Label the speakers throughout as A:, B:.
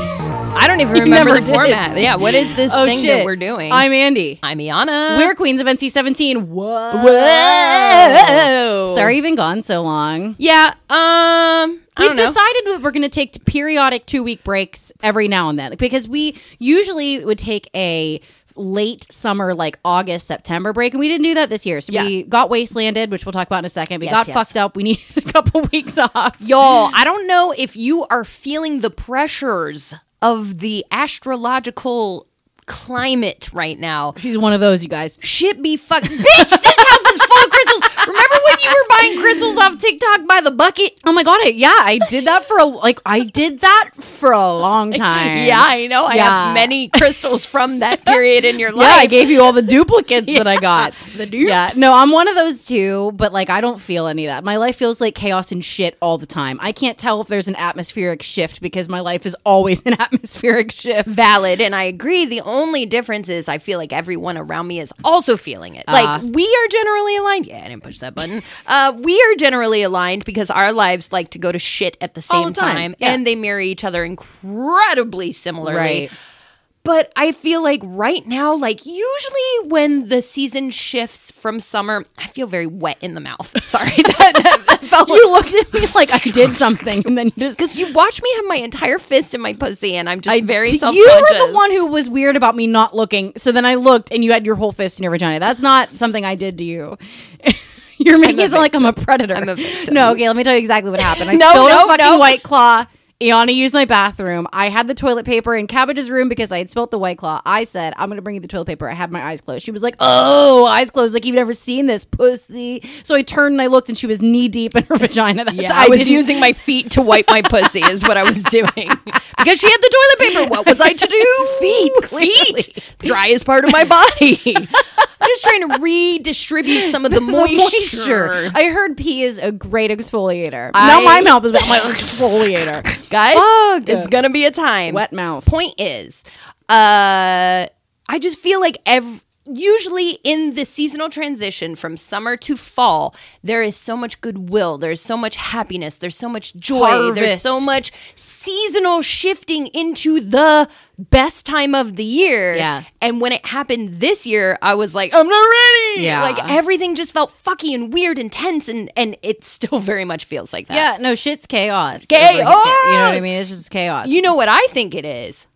A: I don't even
B: You
A: remember
B: never
A: the
B: did.
A: format. Yeah, what is this
B: Oh,
A: thing that
B: shit.
A: we're doing?
B: I'm Andy.
A: I'm Iana.
B: We're Queens of NC17. Whoa.
A: Whoa.
B: Sorry, you've been gone so long.
A: Yeah. Um. I
B: We've
A: don't know.
B: decided that we're going to take periodic two week breaks every now and then because we usually would take a late summer, like August, September break, and we didn't do that this year. So we
A: Yeah.
B: got wastelanded, which we'll talk about in a second. We
A: Yes,
B: got
A: yes.
B: fucked up. We need a couple weeks off.
A: Y'all, I don't know if you are feeling the pressures of the astrological climate right now.
B: She's one of those, you guys.
A: Shit be fuck. Bitch, this house is full of crystals. Remember when you were buying crystals off TikTok by the bucket?
B: Oh my god! I, yeah, I did that for a like. I did that for a long time.
A: Yeah, I know. I
B: Yeah.
A: have many crystals from that period in your
B: Yeah, I
A: life.
B: gave you all the duplicates that I got.
A: the dupes.
B: Yeah, no, I'm one of those too, but like I don't feel any of that. My life feels like chaos and shit all the time. I can't tell if there's an atmospheric shift because my life is always an atmospheric shift.
A: valid and I agree. The only difference is I feel like everyone around me is also feeling it.
B: Ah.
A: Like we are generally aligned. Yeah, I didn't push that button. Uh, we are generally aligned because our lives like to go to shit at the
B: All
A: same
B: the time,
A: time,
B: yeah.
A: and they mirror each other incredibly similarly.
B: Right.
A: But I feel like right now, like usually when the season shifts from summer, I feel very wet in the mouth. Sorry, that, that felt
B: You looked at me like I did something, and then you just
A: because you watch me have my entire fist in my pussy, and I'm just very
B: you
A: self
B: were the one who was weird about me not looking. So then I looked, and you had your whole fist in your vagina. That's not something I did to you. You're making it sound like I'm a predator.
A: I'm a victim.
B: no, okay. Let me tell you exactly what happened. I
A: No,
B: spilled
A: no,
B: a fucking
A: no.
B: white claw. Iana used my bathroom. I had the toilet paper in Cabbage's room because I had spilled the white claw. I said, "I'm going to bring you the toilet paper." I had my eyes closed. She was like, "Oh, eyes closed, like you've never seen this pussy." So I turned and I looked, and she was knee deep in her vagina. That's,
A: Yeah, I, was
B: didn't-
A: using my feet to wipe my pussy, is what I was doing. Because she had the toilet paper. What was I to do?
B: Feet,
A: Feet. Driest part of my body. I'm just trying to redistribute some of the, moisture.
B: I heard pee is a great exfoliator.
A: I-
B: Not my mouth is but my exfoliator.
A: Guys,
B: Fuck.
A: it's going to be a time.
B: Wet mouth.
A: Point is, uh, I just feel like ev Usually, in the seasonal transition from summer to fall, there is so much goodwill. There's so much happiness. There's so much joy. There's so
B: Harvest.
A: much. much seasonal shifting into the best time of the year.
B: Yeah.
A: And when it happened this year, I was like, I'm not ready.
B: Yeah.
A: Like everything just felt fucky and weird and tense and and it still very much feels like that.
B: Yeah, no shit's chaos.
A: Chaos!
B: You know what I mean? It's just chaos.
A: You know what I think it is?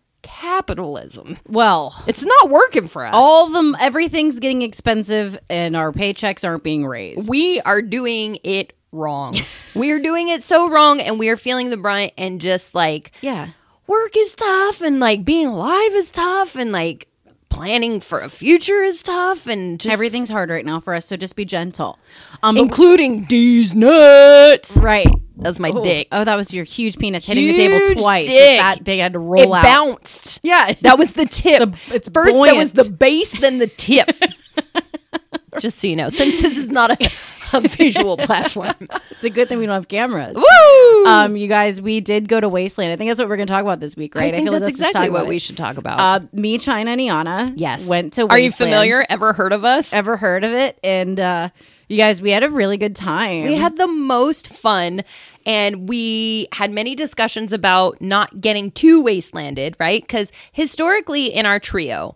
A: Capitalism.
B: well,
A: It's not working for us.
B: all them everything's getting expensive and our paychecks aren't being raised.
A: we are doing it wrong. we are doing it so wrong and we are feeling the brunt and just like
B: Yeah.
A: work is tough and like being alive is tough and like planning for a future is tough and just
B: Everything's hard right now for us, so just be gentle. Um but-
A: including these nuts.
B: right.
A: That's my dick.
B: Oh, that was your huge penis hitting the
A: Huge
B: table twice.
A: dick.
B: That big I had to roll
A: It
B: out.
A: bounced.
B: Yeah.
A: That was the tip.
B: The- it's
A: First that was
B: buoyant.
A: the base, then the tip. Just so you know, since this is not a, a visual platform.
B: It's a good thing we don't have cameras.
A: Woo!
B: Um, you guys, we did go to Wasteland. I think that's what we're going to talk about this week, right?
A: I think
B: like
A: that's
B: let's just
A: exactly
B: talk
A: what
B: about
A: we
B: it.
A: should talk about.
B: Uh, me, China, and Iana.
A: yes.
B: went to.
A: Are you
B: Wasteland.
A: familiar? Ever heard of us?
B: Ever heard of it? And uh, you guys, we had a really good time.
A: We had the most fun and we had many discussions about not getting too wastelanded, right? Because historically in our trio,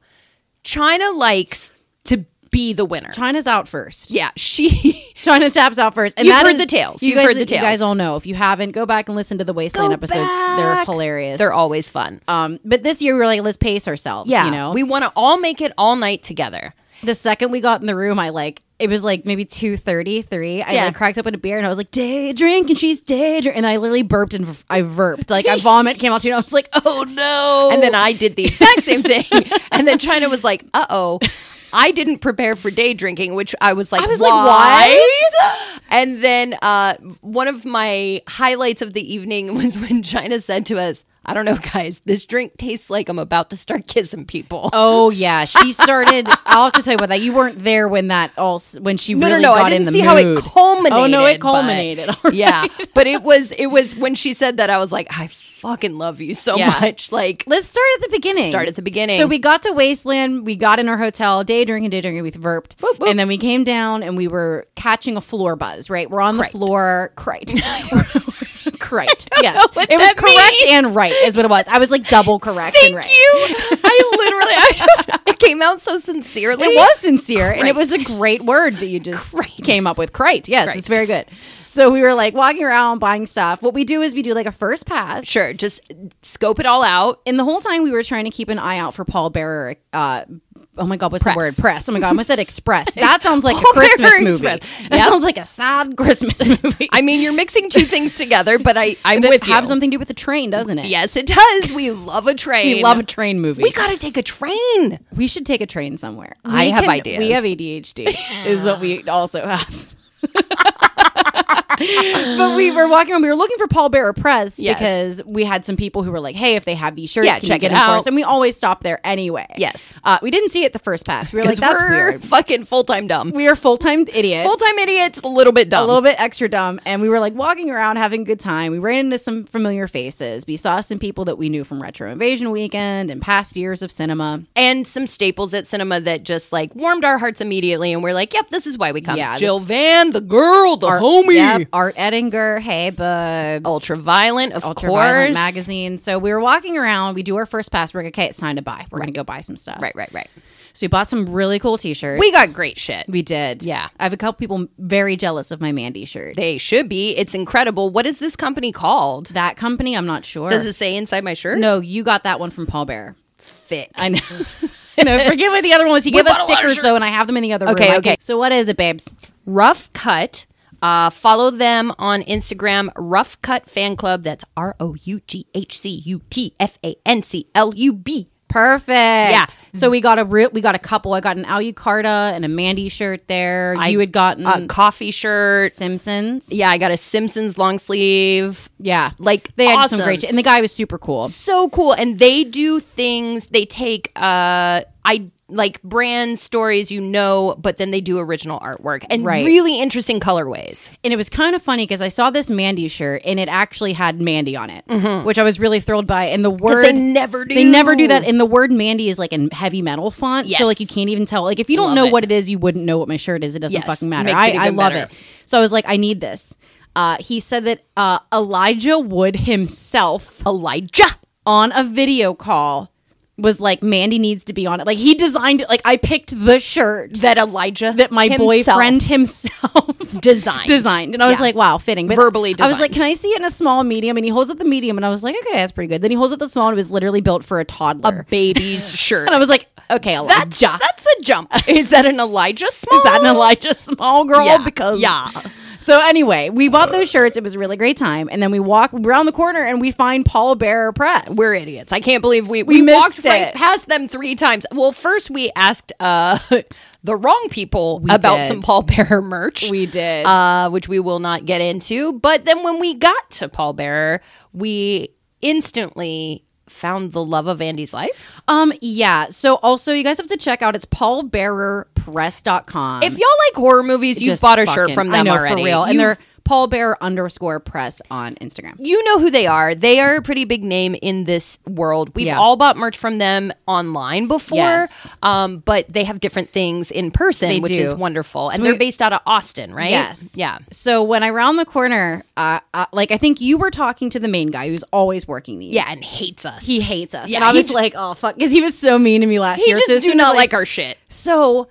A: China likes to be the winner.
B: China's out first.
A: Yeah, she.
B: China taps out first. And
A: You've
B: that
A: heard
B: is-
A: the tales.
B: You
A: You've
B: guys,
A: heard the
B: You guys
A: tales.
B: all know. If you haven't, go back and listen to the Wasteland
A: Go
B: episodes. They're
A: back.
B: hilarious.
A: They're always fun.
B: Um, but this year we were like, let's pace ourselves.
A: Yeah,
B: you know,
A: we want to all make it all night together.
B: the second we got in the room, I like it was like maybe two thirty three. I
A: Yeah.
B: like cracked open a beer and I was like day drink, and she's day drink, and I literally burped and v- I verped like I vomit came out too, and I was like oh no,
A: And then I did the exact same thing. and then China was like, "Uh oh." I didn't prepare for day drinking, which I was like,
B: I was like,
A: Why?
B: "What?"
A: And then uh, one of my highlights of the evening was when China said to us, I don't know, guys, this drink tastes like I'm about to start kissing people.
B: Oh yeah, she started. I'll have to tell you about that. You weren't there when that all s- when she
A: no,
B: really
A: no, no!
B: got
A: I
B: in
A: didn't
B: the
A: see how it
B: mood.
A: culminated.
B: Oh no, it
A: but-
B: culminated. All right.
A: Yeah, but it was it was when she said that I was like, I fucking love you so
B: Yeah.
A: much. Like,
B: Let's start at the beginning.
A: Start at the beginning.
B: So we got to Wasteland. We got in our hotel, day drinking, day drinking. We verped,
A: Whoop, whoop.
B: and then we came down and we were catching a floor buzz. Right, we're on
A: Crite.
B: the floor. Crite. right. yes,
A: what
B: it was
A: that
B: correct
A: means.
B: and right is what it was. I was like double correct
A: Thank
B: and right.
A: you. I literally, I, it came out so sincerely.
B: It was sincere, and it
A: Crate.
B: was a great word that you just
A: Crate.
B: came up with. Crate, yes, it's very good. So we were like walking around buying stuff. What we do is we do like a first pass.
A: Sure, just scope it all out.
B: And the whole time we were trying to keep an eye out for Paul Bearer. Uh, oh my God, what's
A: Press.
B: the word? Press. Oh my God, I almost said express. That sounds like a
A: Paul
B: Christmas
A: Bearer
B: movie.
A: Express.
B: That sounds like a sad Christmas movie.
A: I mean, you're mixing two things together, but I, I'm
B: That
A: with you.
B: have something to do with the train, doesn't it?
A: yes, it does. We love a train.
B: We love a train movie.
A: We gotta take a train.
B: we should take a train somewhere.
A: I
B: We
A: have ideas.
B: We have ADHD, is what we also have. but we were walking around. We were looking for Paul Bearer Press
A: Yes.
B: because we had some people who were like, "Hey, if they have these shirts,
A: Yeah,
B: can
A: check
B: you get
A: it
B: them for
A: out.
B: us?" And we always stop there anyway.
A: Yes.
B: uh, we didn't see it the first pass. We were like,
A: Because
B: "That's
A: we're
B: weird."
A: fucking full time dumb.
B: We are full time idiots.
A: Full time idiots, a little bit dumb.
B: a little bit extra dumb. And we were like walking around having a good time. We ran into some familiar faces. We saw some people that we knew from Retro Invasion Weekend and past years of cinema.
A: and some staples at cinema that just like warmed our hearts immediately, and we're like, "Yep, this is why we come."
B: Yeah,
A: Jill Van, the girl, the homie,
B: Yep, Art Ettinger. Hey, bubs.
A: ultraviolent, of
B: Violent
A: course.
B: magazine. So we were walking around. We do our first pass. We're like, okay, it's time to buy. We're gonna go buy some stuff.
A: Right, right, right.
B: So we bought some really cool t-shirts.
A: We got great shit.
B: we did.
A: Yeah.
B: I have a couple people very jealous of my Mandy shirt.
A: They should be. It's incredible. What is this company called?
B: that company, I'm not sure.
A: Does it say inside my shirt?
B: no, you got that one from Paul Bear.
A: thick.
B: I know. I know. Forget what the other one was. He gave
A: bought
B: us
A: a lot of
B: stickers though, and I have them in the other
A: Okay,
B: room. I
A: okay.
B: can- So what is it, babes?
A: Rough Cut. Uh, follow them on Instagram, Rough Cut Fan Club. That's R O U G H C U T F A N C L U B.
B: Perfect.
A: Yeah.
B: So we got a real, we got a couple. I got an Alucarda and a Mandy shirt there. you had gotten
A: a coffee shirt.
B: Simpsons.
A: Yeah, I got a Simpsons long sleeve.
B: Yeah.
A: Like,
B: they had
A: awesome.
B: some great shit. And the guy was super cool.
A: so cool and they do things they take uh i like brand stories you know but then they do original artwork and
B: Right.
A: really interesting colorways
B: And it was kind of funny because I saw this Mandy shirt and it actually had Mandy on it, which I was really thrilled by. And the word
A: Mm-hmm. they never do.
B: They never do that. And the word Mandy is like in heavy metal font.
A: Yes.
B: So like you can't even tell. Like if you don't
A: Love
B: know
A: it.
B: what it is, you wouldn't know what my shirt is. It doesn't
A: Yes.
B: fucking matter.
A: Makes it
B: I,
A: even
B: I love
A: better.
B: it. So I was like, I need this. Uh, he said that uh, Elijah Wood himself
A: elijah
B: on a video call was like, Mandy needs to be on it. Like he designed it. Like I picked the shirt
A: that elijah
B: that my
A: himself
B: boyfriend himself
A: designed
B: designed. And I was
A: Yeah.
B: like, wow, fitting. But
A: Verbally
B: I was like,
A: designed.
B: can I see it in a small medium? And he holds up the medium and I was like, okay, that's pretty good. Then he holds up the small and it was literally built for a toddler.
A: baby's shirt
B: and I was like, okay, Elijah.
A: that's, that's a jump is that an elijah small
B: Is that an Elijah small girl?
A: Yeah.
B: Because
A: Yeah.
B: So anyway, we bought those shirts. It was a really great time. And then we walk around the corner and we find Paul Bearer Press.
A: we're idiots. I can't believe we we,
B: missed
A: walked right
B: it.
A: past them three times. Well, first we asked uh, the wrong people about
B: did.
A: some Paul Bearer merch.
B: We did.
A: uh, which we will not get into. But then when we got to Paul Bearer, we instantly found the love of Andy's life.
B: Um, yeah. So also you guys have to check out it's paulbearerpress.com.
A: If y'all like horror movies, you've
B: Just
A: bought a shirt
B: fucking-
A: from
B: I
A: them
B: know,
A: already.
B: For real. And
A: You've-
B: they're Paul Bearer underscore press on Instagram.
A: you know who they are. They are a pretty big name in this world. We've
B: Yeah.
A: all bought merch from them online before,
B: Yes.
A: um, but they have different things in person,
B: They
A: which
B: do.
A: is wonderful. and
B: we-
A: they're based out of Austin, right?
B: Yes.
A: Yeah.
B: So when I round the corner, uh, uh, like I think you were talking to the main guy who's always working these.
A: Yeah, and hates us.
B: He hates us.
A: Yeah,
B: and I
A: he
B: was
A: j-
B: like, oh fuck, because he was so mean to me last
A: he
B: year.
A: just
B: so as
A: do
B: soon as
A: not
B: I-
A: like our shit.
B: So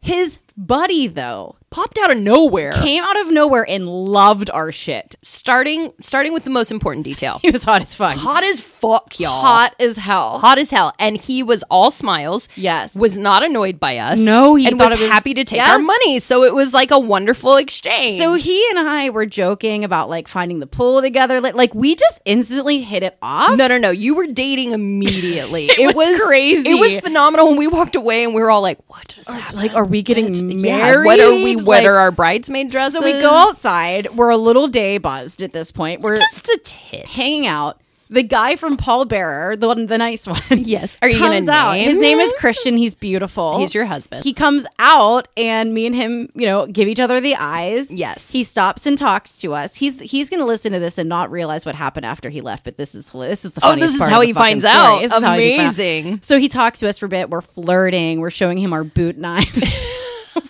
B: his buddy though
A: Popped out of nowhere.
B: came out of nowhere and loved our shit.
A: starting starting with the most important detail.
B: He was hot as fuck.
A: Hot as fuck, y'all.
B: Hot as hell.
A: Hot as hell. And he was all smiles.
B: Yes.
A: Was not annoyed by us.
B: No, he
A: and
B: thought
A: was,
B: it was-
A: happy to take
B: Yes.
A: our money. So it was like a wonderful exchange.
B: So he and I were joking about like finding the pool together. Like, like we just instantly hit it off.
A: no, no, no. You were dating immediately. it,
B: was crazy.
A: It was phenomenal. When we walked away and we were all like, what just happened?
B: Like, are we getting married?
A: Yeah, what are we? What
B: Like,
A: are our bridesmaid dresses?
B: So we go outside. We're a little day buzzed at this point. We're
A: just a tit.
B: hanging out. The guy from Paul Bearer, the one, the nice one.
A: Yes. Are you gonna
B: comes out.
A: name
B: His name
A: him?
B: is Christian. He's beautiful.
A: He's your husband.
B: He comes out, and me and him, you know, give each other the eyes.
A: Yes.
B: He stops and talks to us. He's he's going to listen to this and not realize what happened after he left. But this is this is the
A: Oh,
B: funniest
A: this is
B: part of
A: how
B: the
A: he
B: fucking
A: finds
B: story.
A: out.
B: This is how he finds out.
A: Amazing.
B: So he talks to us for a bit. We're flirting. We're showing him our boot knives.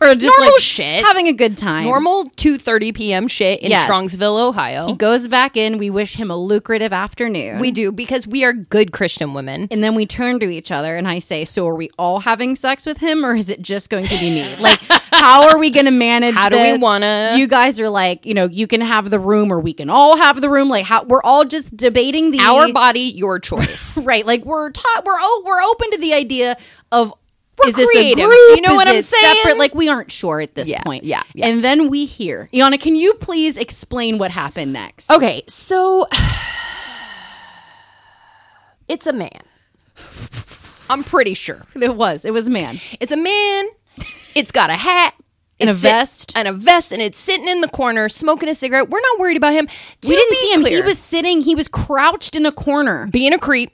B: We're just
A: Normal
B: like
A: shit.
B: having a good time.
A: Normal 2:30 p.m. shit in
B: Yes.
A: Strongsville, Ohio.
B: He goes back in. We wish him a lucrative afternoon.
A: we do because we are good Christian women.
B: and then we turn to each other and I say, "So are we all having sex with him, or is it just going to be me? Like, how are we going to manage?
A: How do we
B: this?
A: wanna-
B: You guys are like, you know, you can have the room, or we can all have the room. Like, how we're all just debating the
A: Our body, your choice.
B: right? Like, we're taught, we're o- we're open to the idea of. is this
A: creatives,
B: a group?
A: you know
B: Is
A: what I'm
B: it
A: saying?
B: Separate? Like we aren't sure at this
A: Yeah,
B: point.
A: yeah, yeah.
B: And then we hear, Iana, can you please explain what happened next?
A: okay, so it's a man. I'm pretty sure.
B: It was. It was a man.
A: It's a man. It's got a hat
B: And
A: It's
B: a
A: sit-
B: vest.
A: and a vest, and it's sitting in the corner smoking a cigarette. We're not worried about him. To
B: we didn't
A: be
B: see him. He
A: clear,
B: was sitting. He was crouched in a corner.
A: being a creep.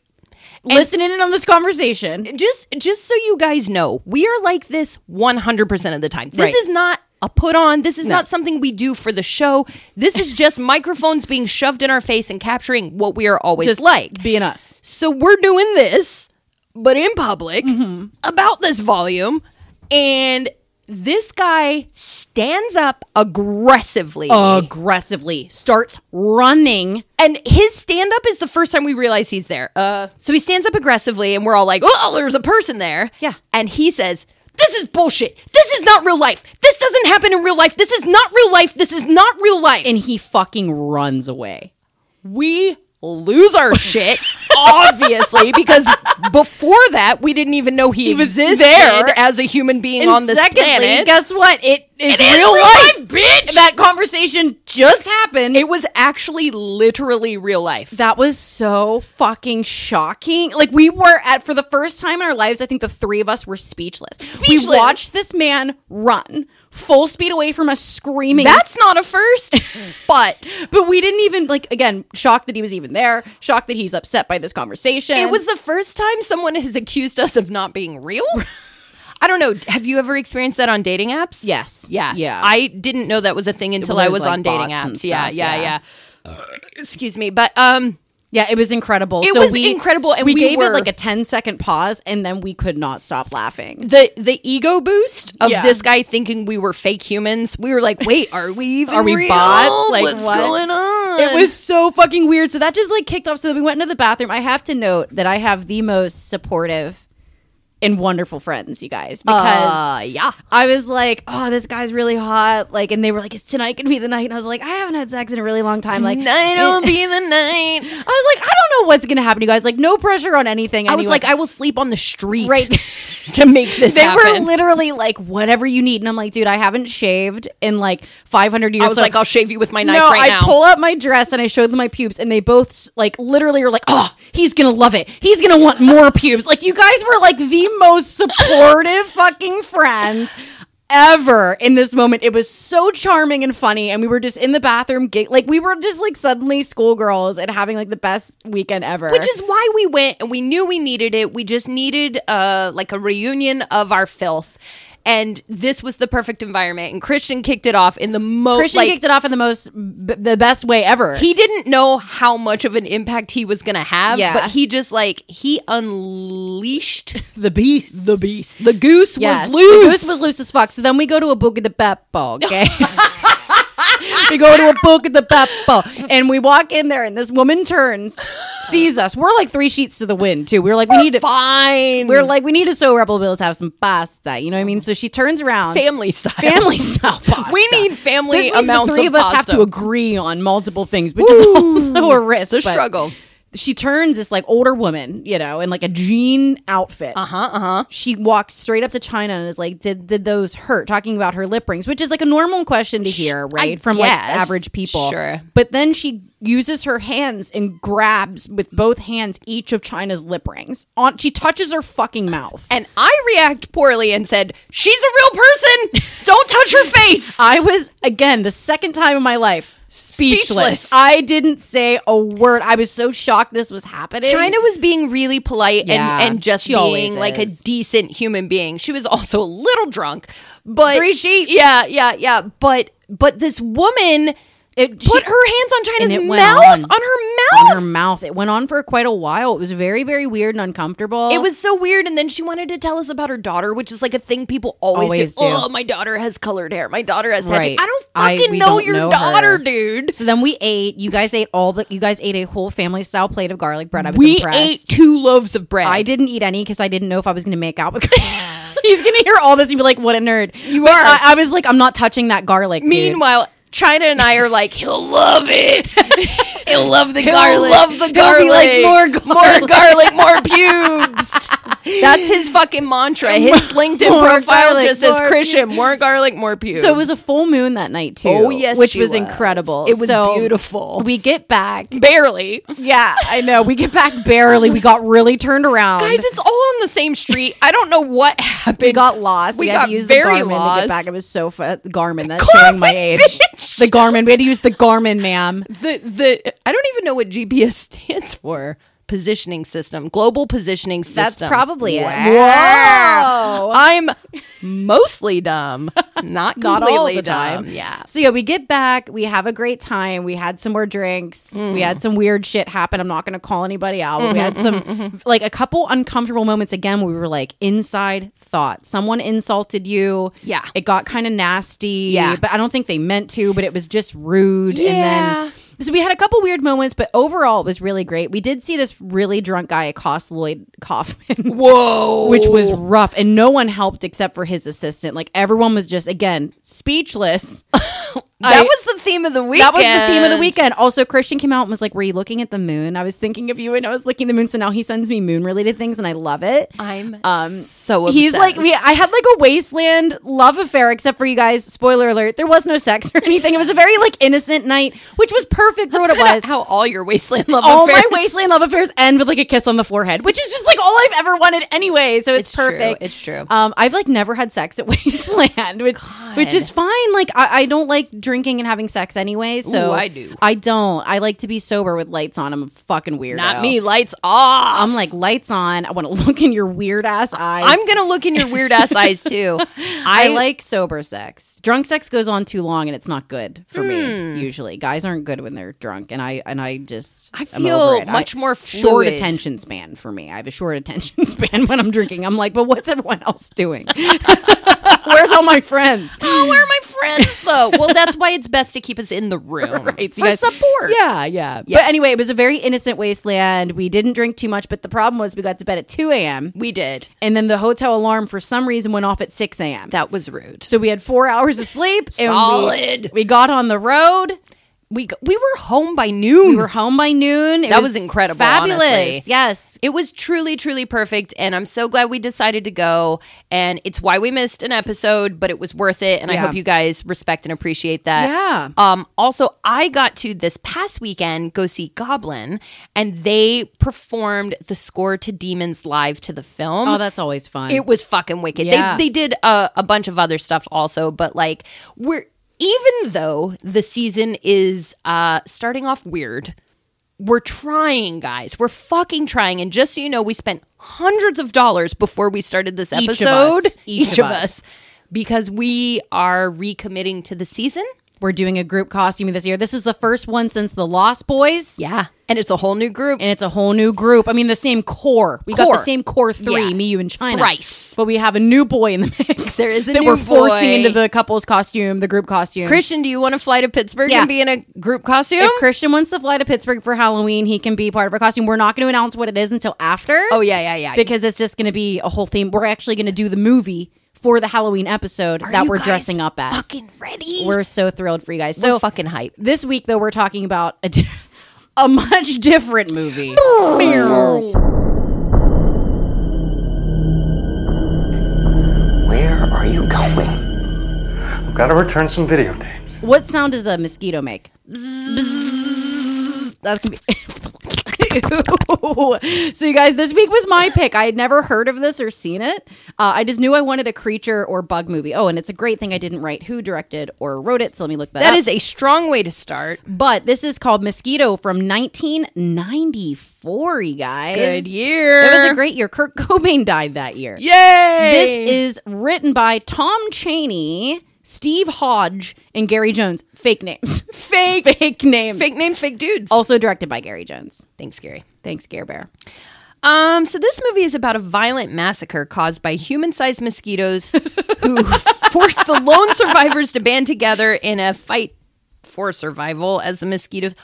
B: listening in on this conversation.
A: just just so you guys know, we are like this 100% of the time. This
B: Right.
A: is not a put on. This is not something we do for the show. This is just microphones being shoved in our face and capturing what we are always like.
B: being us.
A: So we're doing this, but in public, about this volume. And this guy stands up aggressively.
B: Aggressively starts running.
A: and his stand up is the first time we realize he's there. Uh, so he stands up aggressively, and we're all like, oh, there's a person there.
B: Yeah.
A: And he says, this is bullshit. This is not real life. This doesn't happen in real life. This is not real life. This is not real life.
B: And he fucking runs away.
A: we lose our shit, obviously, because before that, we didn't even know he,
B: was
A: existed
B: there.
A: as a human being on this
B: secondly,
A: planet.
B: guess what? It is
A: It is
B: real
A: real
B: life.
A: life, bitch!
B: That conversation just happened.
A: it was actually literally real life.
B: that was so fucking shocking. Like we were at for the first time in our lives, I think the three of us were speechless. We
A: Speechless.
B: watched this man run full speed away from us, screaming.
A: That's not a first, but
B: but we didn't even like again shocked that he was even there. Shocked that he's upset by this conversation.
A: It was the first time someone has accused us of not being real. I don't know. Have you ever experienced that on dating apps?
B: Yes.
A: Yeah.
B: Yeah.
A: I didn't know that was a thing until I
B: was,
A: was
B: like,
A: on dating
B: bots and
A: apps. yeah,
B: stuff,
A: yeah.
B: yeah.
A: Yeah. Excuse me, but um
B: yeah, it was incredible.
A: It was incredible, and we
B: gave it
A: were-
B: like a 10 second pause, and then we could not stop laughing.
A: the the ego boost of
B: Yeah.
A: this guy thinking we were fake humans. We were like, "Wait, are we even
B: Are we
A: real?
B: bots? Like,
A: What's
B: what?"
A: going on?"
B: It was so fucking weird. So that just like kicked off. So then we went into the bathroom. I have to note that I have the most supportive and wonderful friends, you guys, because.
A: uh, yeah.
B: I was like, oh, this guy's really hot. Like, and they were like, is tonight gonna be the night? And I was like, I haven't had sex in a really long time. Like,
A: night will be the night.
B: I was like, I don't know what's gonna happen, you guys. Like, no pressure on anything.
A: I was
B: Anyone-
A: like, I will sleep on the street
B: Right.
A: to make this
B: They were
A: happen.
B: literally like, whatever you need. And I'm like, dude, I haven't shaved in like 500 years.
A: I was
B: So-
A: like, I'll shave you with my knife
B: no,
A: right
B: I
A: now.
B: pull out my dress and I show them my pubes, and they both s- like literally are like, "Oh, he's gonna love it. He's gonna want more pubes." Like you guys were like the most supportive fucking friends ever in this moment. It was so charming and funny, and we were just in the bathroom, gig- like we were just like suddenly schoolgirls and having like the best weekend ever.
A: which is why we went and we knew we needed it we just needed uh like a reunion of our filth and this was the perfect environment and christian kicked it off in the most
B: Christian
A: like
B: kicked it off in the most b- the best way ever.
A: he didn't know how much of an impact he was gonna have
B: Yeah.
A: but he just like he unleashed
B: the beast, the
A: beast the goose
B: Yes.
A: was loose
B: The goose was loose as fuck. So then we go to a book of the beppo, okay? we go to a book of the beppo. And we walk in there and this woman turns, sees us. We're like three sheets to the wind, too. We were like, we need to
A: fine
B: we are like, we need to sew rebel bills, have some pasta. You know what I mean? So she turns around.
A: family style
B: Family style pasta.
A: we need
B: This
A: family
B: means the
A: amounts
B: three of, us have
A: pasta.
B: to agree on multiple things, which is also a risk.
A: It's a
B: but
A: struggle.
B: She turns this like older woman, you know, in like a jean outfit. Uh huh.
A: Uh-huh,
B: Uh huh. She walks straight up to China and is like, "Did did those hurt?" Talking about her lip rings, which is like a normal question to hear, right, from like
A: guess.
B: average people.
A: Sure.
B: But then she uses her hands and grabs with both hands each of China's lip rings. On she touches her fucking mouth.
A: and I react poorly and said, "She's a real person. Don't touch her face."
B: I was again the second time in my life speechless.
A: Speechless.
B: I didn't say a word. I was so shocked this was happening.
A: China was being really polite
B: Yeah,
A: and, and just
B: she always
A: being like a
B: is.
A: decent human being. She was also a little drunk, but
B: Three sheets.
A: Yeah, yeah, yeah. But but this woman
B: It she-
A: Put her hands on
B: and
A: China's
B: it went
A: mouth on,
B: on.
A: her
B: on
A: mouth.
B: her mouth. It went on for quite a while. It was very, very weird and uncomfortable.
A: It was so weird. And then she wanted to tell us about her daughter, which is like a thing people always,
B: Always
A: do.
B: do.
A: Oh, my daughter has colored hair. My daughter has right.
B: Right.
A: I don't
B: I-
A: fucking
B: we
A: know
B: don't
A: your
B: know
A: daughter,
B: her.
A: dude.
B: So then we ate. You guys ate all the. You guys ate a whole family style plate of garlic bread. I was
A: We
B: impressed.
A: ate two loaves of bread.
B: I didn't eat any because I didn't know if I was going to make out. Because he's going to hear all this and be like, "What a nerd!" You
A: are.
B: I, I was like, "I'm not touching that garlic." dude."
A: Meanwhile, China and I are like, he'll love it. he'll love the
B: garlic.
A: Love the
B: He'll
A: garlic.
B: be like,
A: more, more garlic, more pubes. That's his fucking mantra. His LinkedIn
B: More
A: profile
B: garlic,
A: just says
B: more
A: Christian. More garlic, more pubes.
B: so it was a full moon that night too.
A: Oh, yes,
B: which
A: she
B: was,
A: was.
B: incredible.
A: It was
B: So
A: beautiful.
B: We get back.
A: barely.
B: Yeah, I know. We get back barely. We got really turned around.
A: Guys, it's all on the same street. I don't know what happened.
B: we got lost. We,
A: We
B: had
A: got
B: to use
A: very
B: the Garmin to
A: lost.
B: get back. It was so fun. Garmin, that's
A: Garmin,
B: showing my age.
A: bitch.
B: The Garmin. We had to use the Garmin, ma'am.
A: the the I don't even know what GPS stands for. Positioning system, global positioning system.
B: probably it.
A: Wow. I'm mostly dumb, not completely
B: Not all the
A: dumb.
B: time.
A: Yeah.
B: So yeah, we get back. We have a great time. We had some more drinks. We had some weird shit happen. I'm not going to call anybody out. But we had some like a couple uncomfortable moments again. Where we were like inside thought. Someone insulted you.
A: Yeah.
B: It got kind of nasty.
A: Yeah.
B: But I don't think they meant to. But it was just rude.
A: Yeah.
B: And then so we had a couple weird moments, but overall it was really great. We did see this really drunk guy accost Lloyd Kaufman.
A: Whoa.
B: which was rough and no one helped except for his assistant like everyone was just again speechless
A: that
B: I-
A: was the theme of the week.
B: that was the theme of the weekend also christian came out and was like were you looking at the moon i was thinking of you and i was looking at the moon so now he sends me moon related things and i love it Um,
A: I'm so obsessed.
B: He's like we. I had like a wasteland love affair, except for you guys. Spoiler alert: there was no sex or anything. It was a very like innocent night, which was perfect for what it
A: Kinda
B: was.
A: how all your wasteland love
B: All
A: affairs.
B: my wasteland love affairs end with like a kiss on the forehead, which is just like all I've ever wanted anyway. So it's,
A: It's true.
B: perfect.
A: It's true.
B: Um, I've like never had sex at wasteland, which which is fine. Like I, I don't like drinking and having sex anyway. So
A: Ooh, I do.
B: I don't. I like to be sober with lights on. I'm a fucking weirdo.
A: Not me. Lights off.
B: I'm like lights on. I want to look in your weird ass eyes.
A: I'm gonna look in your weird ass eyes too.
B: I like sober sex. Drunk sex goes on too long and it's not good for
A: Hmm.
B: me usually. Guys aren't good when they're drunk and I and I just
A: I
B: I'm
A: feel
B: over it.
A: much
B: I-
A: more
B: short
A: fluid.
B: attention span for me. I have a short attention span when I'm drinking. I'm like, "But what's everyone else doing? Where's all my friends?"
A: Oh, where are my friends though? Well, that's why it's best to keep us in the room
B: Right, so
A: for
B: you guys-
A: support.
B: Yeah, yeah, But anyway, it was a very innocent wasteland. We didn't drink too much, but the problem was we got to bed at 2 a.m.
A: we did.
B: and then the hotel alarm for some reason went off at 6 a.m.
A: That was rude.
B: So we had four hours of sleep. and we-
A: Solid.
B: we got on the road.
A: We g- we were home by noon.
B: We were home by noon. It
A: That was incredible,
B: Fabulous.
A: honestly.
B: Yes.
A: it was truly truly perfect and i'm so glad we decided to go and it's why we missed an episode but it was worth it and i
B: Yeah.
A: hope you guys respect and appreciate that
B: Yeah.
A: um also i got to this past weekend go see goblin and they performed the score to demons live to the film
B: Oh, that's always fun.
A: it was fucking wicked.
B: Yeah.
A: They they did a, a bunch of other stuff also, but like we're even though the season is uh starting off weird, we're trying, guys. We're fucking trying. And just so you know, we spent hundreds of dollars before we started this
B: Each of
A: episode.
B: us. Each of us.
A: Because we are recommitting to the season.
B: We're doing a group costume this year. This is the first one since the Lost Boys.
A: Yeah. And it's a whole new group.
B: And it's a whole new group. I mean, the same core. We got
A: Core.
B: the same core three,
A: Yeah.
B: me, you, and China.
A: Thrice.
B: But we have a new boy in the mix.
A: There is a
B: that
A: new
B: we're forcing
A: boy.
B: into the couple's costume, the group costume.
A: Christian, do you want to fly to Pittsburgh
B: Yeah.
A: and be in a group costume?
B: if Christian wants to fly to Pittsburgh for Halloween, he can be part of our costume. We're not going to announce what it is until after.
A: oh yeah, yeah, yeah.
B: because it's just going to be a whole theme. We're actually going to do the movie for the Halloween episode
A: Are
B: that
A: you
B: we're
A: guys
B: dressing up as.
A: Fucking ready.
B: We're so thrilled for you guys.
A: so
B: So
A: fucking hype.
B: this week though we're talking about a, di- a much different movie.
C: Where are you going?
D: I've got to return some videotapes.
B: what sound does a mosquito make? That's gonna be. Ew. so you guys, this week was my pick. I had never heard of this or seen it. Uh, I just knew I wanted a creature or bug movie. Oh, and it's a great thing I didn't write who directed or wrote it. So let me look that.
A: That
B: up.
A: is a strong way to start.
B: But this is called Mosquito from 1994, you guys.
A: year.
B: It was a great year. Kurt Cobain died that year.
A: Yay!
B: This is written by Tom Cheney, Steve Hodge and Gary Jones. Fake names.
A: Fake,
B: fake names.
A: fake names, fake dudes. Oh,
B: Also directed by Gary Jones.
A: thanks, Gary.
B: Thanks, Gare Bear.
A: Um, so this movie is about a violent massacre caused by human-sized mosquitoes who forced the lone survivors to band together in a fight for survival as the mosquitoes.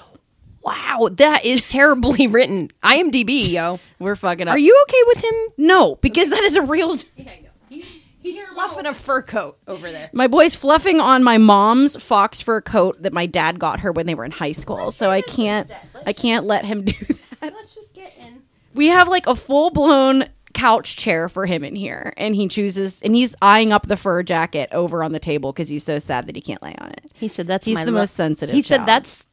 A: Wow, that is terribly written. IMDb, yo.
B: We're fucking up.
A: Are you okay with him?
B: No, because that is a real.
A: He's fluffing a fur coat over there.
B: My boy's fluffing on my mom's fox fur coat that my dad got her when they were in high school, so I can't. I can't let him do that.
A: Let's just get in.
B: We have like a full blown couch chair for him in here, and he chooses, and he's eyeing up the fur jacket over on the table because he's so sad that he can't lay on it.
A: He said that's
B: He's
A: my
B: the
A: lo-
B: most sensitive
A: He said
B: child.
A: that's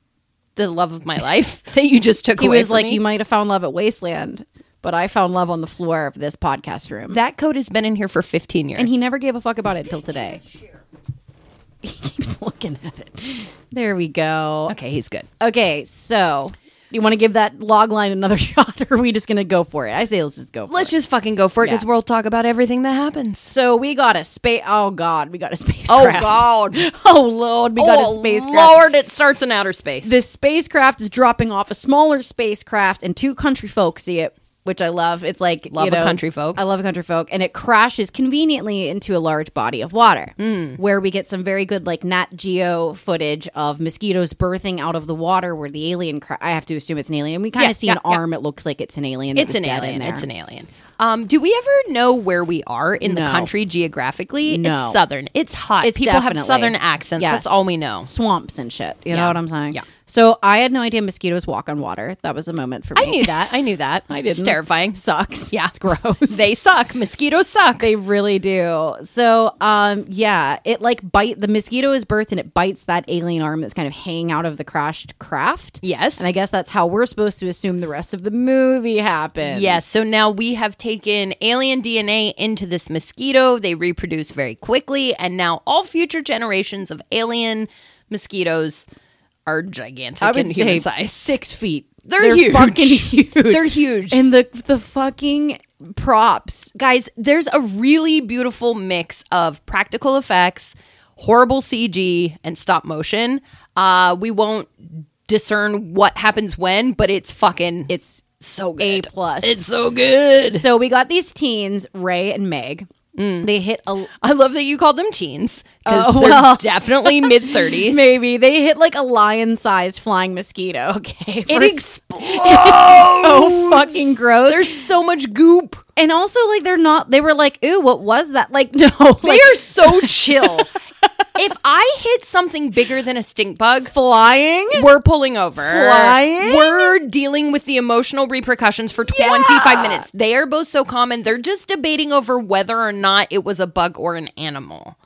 A: the love of my life that you just took
B: He
A: away.
B: was
A: from
B: like,
A: me.
B: "You might have found love at Wasteland, but I found love on the floor of this podcast room."
A: that coat has been in here for 15 years.
B: and he never gave a fuck about it until today. He keeps looking at it. There we go.
A: okay, he's good.
B: Okay, so you want to give that log line another shot, or are we just going to go for it? I say let's just go. For
A: Let's
B: it.
A: just fucking go for it because
B: Yeah.
A: we'll talk about everything that happens.
B: So we got a space. Oh God, we got a space.
A: God.
B: Oh Lord, we got a spacecraft.
A: Lord, it starts in outer space.
B: This spacecraft is dropping off a smaller spacecraft, and two country folk see it, which I love. It's like
A: Love
B: you
A: a
B: know,
A: country folk.
B: I love a country folk, and it crashes conveniently into a large body of water,
A: Hmm.
B: where we get some very good like Nat Geo footage of mosquitoes birthing out of the water, where the alien. Cra- I have to assume it's an alien. We kind of
A: Yeah,
B: see
A: yeah,
B: an
A: yeah.
B: arm. It looks like it's an alien. that
A: it's
B: was
A: an
B: dead in
A: alien.
B: there.
A: It's an alien. Um, do we ever know where we are in the
B: No.
A: country geographically?
B: No.
A: It's southern. It's hot.
B: It's
A: People
B: definitely-
A: have southern accents.
B: Yes.
A: That's all we know.
B: Swamps and shit. You know
A: Yeah.
B: what I'm saying?
A: Yeah.
B: So I had no idea mosquitoes walk on water. That was a moment for me.
A: I knew that. I knew that. I
B: didn't.
A: It's terrifying.
B: Sucks.
A: Yeah.
B: It's gross.
A: They suck. Mosquitoes suck.
B: They really do. So, um, yeah, it like bite the mosquito is birthed and it bites that alien arm that's kind of hanging out of the crashed craft.
A: Yes.
B: and I guess that's how we're supposed to assume the rest of the movie happened.
A: Yes. So now we have taken alien DNA into this mosquito. They reproduce very quickly. And now all future generations of alien mosquitoes are gigantic
B: I would
A: and
B: say
A: human sized.
B: six feet.
A: They're huge.
B: fucking huge.
A: They're huge.
B: and the the fucking props.
A: Guys, there's a really beautiful mix of practical effects, horrible CG, and stop motion. Uh, we won't discern what happens when, but it's fucking.
B: It's
A: so good.
B: A plus.
A: It's so good.
B: So we got these teens, Ray and Meg. They hit a
A: I love that you called them teens because
B: Oh,
A: they're
B: well.
A: definitely mid thirties.
B: maybe they hit like a lion-sized flying mosquito. Okay,
A: It
B: First-
A: explodes.
B: so fucking gross.
A: There's so much goop.
B: and also like they're not. They were like, "Ooh, what was that?" Like, no,
A: They
B: like,
A: are so chill. if I hit something bigger than a stink bug,
B: flying.
A: we're pulling over.
B: Flying?
A: We're dealing with the emotional repercussions for 25 minutes. They are both so common. They're just debating over whether or not it was a bug or an animal.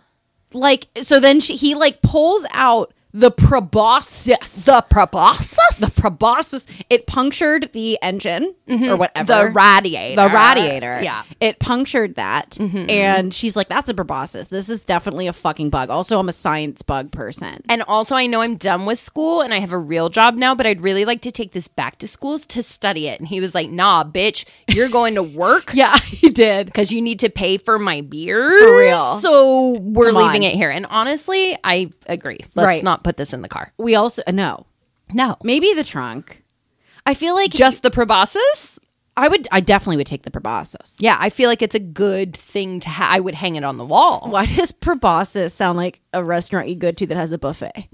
B: Like, so then she, he like pulls out the proboscis.
A: The proboscis?
B: The proboscis. It punctured the engine or whatever.
A: Mm-hmm. The radiator.
B: The radiator.
A: Yeah. Mm-hmm,
B: It punctured that. And she's like, that's a proboscis. This is definitely a fucking bug. Also, I'm a science bug person.
A: And also, I know I'm done with school and I have a real job now, but I'd really like to take this back to schools to study it. And he was like, nah, bitch, you're going to work
B: Yeah, he did.
A: because you need to pay for my beer.
B: For real.
A: So we're
B: Come
A: leaving
B: on.
A: it here. And honestly, I agree. Let's
B: Right.
A: not put this in the car.
B: We also, uh, no,
A: No.
B: maybe the trunk. I feel like
A: Just the proboscis?
B: I would, I definitely would take the proboscis.
A: Yeah, I feel like it's a good thing to ha- I would hang it on the wall.
B: Why does proboscis sound like a restaurant you go to that has a buffet?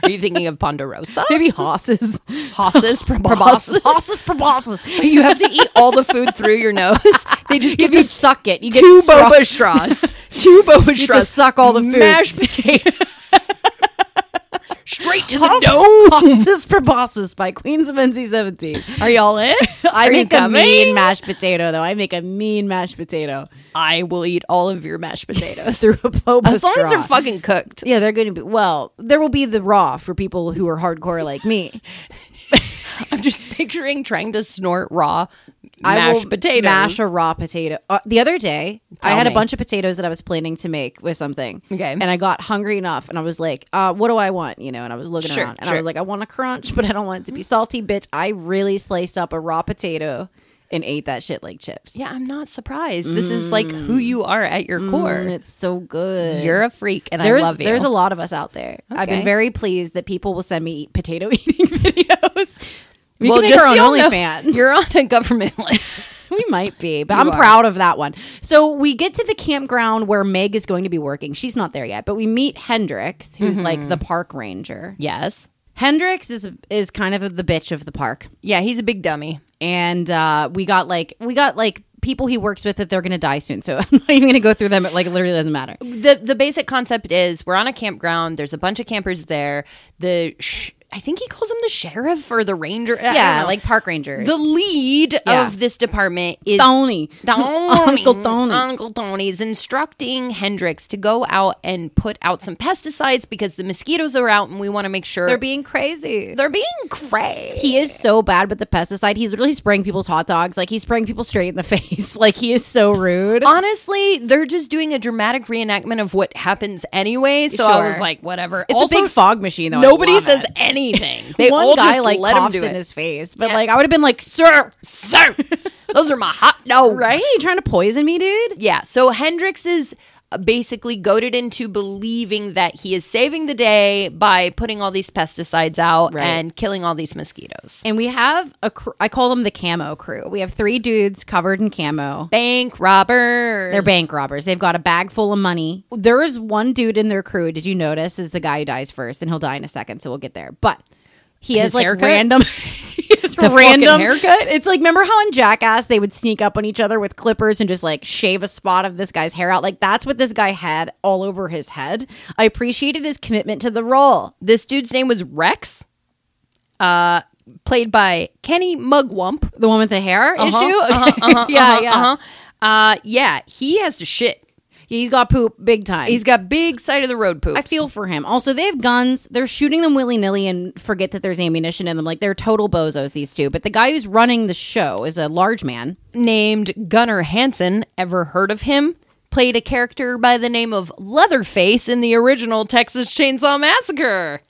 A: Are you thinking of Ponderosa?
B: Maybe hosses.
A: Hosses, proboscis.
B: Hosses, proboscis.
A: You have to eat all the food through your nose. They just
B: If
A: give
B: you
A: you
B: suck it, you get
A: two
B: straw-
A: boba straws, two boba
B: You
A: straws,
B: just suck all the food.
A: mashed potatoes, straight to the
B: Hosses, hosses, proboscis by Queens of NC17.
A: dome. Are y'all in?
B: I
A: Are you
B: make a
A: coming?
B: mean mashed potato, though. I make a mean mashed potato
A: I will eat all of your mashed potatoes
B: through a boba
A: as long as they're
B: straw.
A: fucking cooked.
B: Yeah, they're going to be. Well, there will be the raw for people who are hardcore like me.
A: I'm just picturing trying to snort raw
B: I will
A: mashed potatoes.
B: Mash a raw potato. Uh, the other day, I
A: Tell
B: had a
A: me.
B: bunch of potatoes that I was planning to make with something.
A: Okay.
B: And I got hungry enough and I was like, uh, what do I want? You know, and I was looking
A: Sure,
B: around and I
A: sure.
B: was like, I want a crunch, but I don't want it to be salty, bitch. I really sliced up a raw potato and ate that shit like chips.
A: Yeah, I'm not surprised. This is like who you are at your
B: Mm,
A: core.
B: It's so good.
A: You're a freak, and
B: there's,
A: I love you.
B: There's a lot of us out there. I've been
A: Okay.
B: very pleased that people will send me potato eating videos. We
A: well,
B: can
A: just
B: make
A: so
B: our
A: you
B: own
A: know,
B: OnlyFans.
A: You're on a government list.
B: we might be, but
A: You
B: I'm
A: are.
B: proud of that one. So we get to the campground where Meg is going to be working. She's not there yet, but we meet Hendrix, who's like the park ranger.
A: yes.
B: Hendrix is is kind of the bitch of the park.
A: Yeah, he's a big dummy.
B: and uh, we got like we got like people he works with that they're gonna die soon. So I'm not even gonna go through them. It like literally doesn't matter.
A: the the basic concept is we're on a campground. There's a bunch of campers there. The sh- I think he calls him the sheriff or the ranger. I don't know.
B: park rangers.
A: the lead
B: Yeah.
A: of this department is
B: Tony.
A: Tony.
B: Uncle Tony.
A: Uncle Tony is instructing Hendrix to go out and put out some pesticides because the mosquitoes are out and we want to make sure
B: They're being crazy.
A: they're being crazy.
B: He is so bad with the pesticide. He's literally spraying people's hot dogs. Like he's spraying people straight in the face. Like he is so rude.
A: Honestly, they're just doing a dramatic reenactment of what happens anyway. So I
B: Sure.
A: was like, whatever.
B: It's
A: Also,
B: a big fog machine though. I
A: Nobody
B: love
A: says
B: it.
A: anything. They
B: One
A: all
B: guy
A: just
B: like
A: let him
B: coughs
A: do
B: in
A: it.
B: his face, but like I would have been like, sir,
A: sir. Those are my hot dogs.
B: right? You trying to poison me, dude?
A: Yeah. So Hendrix is uh, basically goaded into believing that he is saving the day by putting all these pesticides out
B: Right.
A: and killing all these mosquitoes.
B: And we have a cr- I call them the camo crew. We have three dudes covered in camo.
A: Bank robbers.
B: They're bank robbers. They've got a bag full of money. There is one dude in their crew. Did you notice? Is the guy who dies first, and he'll die in a second. So we'll get there. But he has
A: his
B: like
A: haircut?
B: random. his
A: fucking
B: random
A: haircut?
B: It's like remember how in Jackass they would sneak up on each other with clippers and just like shave a spot of this guy's hair out. Like that's what this guy had all over his head. I appreciated his commitment to the role.
A: This dude's name was Rex, uh, played by Kenny Mugwump.
B: The one with the hair issue. Okay. yeah, yeah.
A: Uh-huh. Uh, yeah, he has to shit.
B: He's got poop big time.
A: He's got big side of the road poops.
B: I feel for him. Also, they have guns. They're shooting them willy nilly and forget that there's ammunition in them. Like they're total bozos, these two. But the guy who's running the show is a large man.
A: named Gunnar Hansen. Ever heard of him? Played a character by the name of Leatherface in the original Texas Chainsaw Massacre.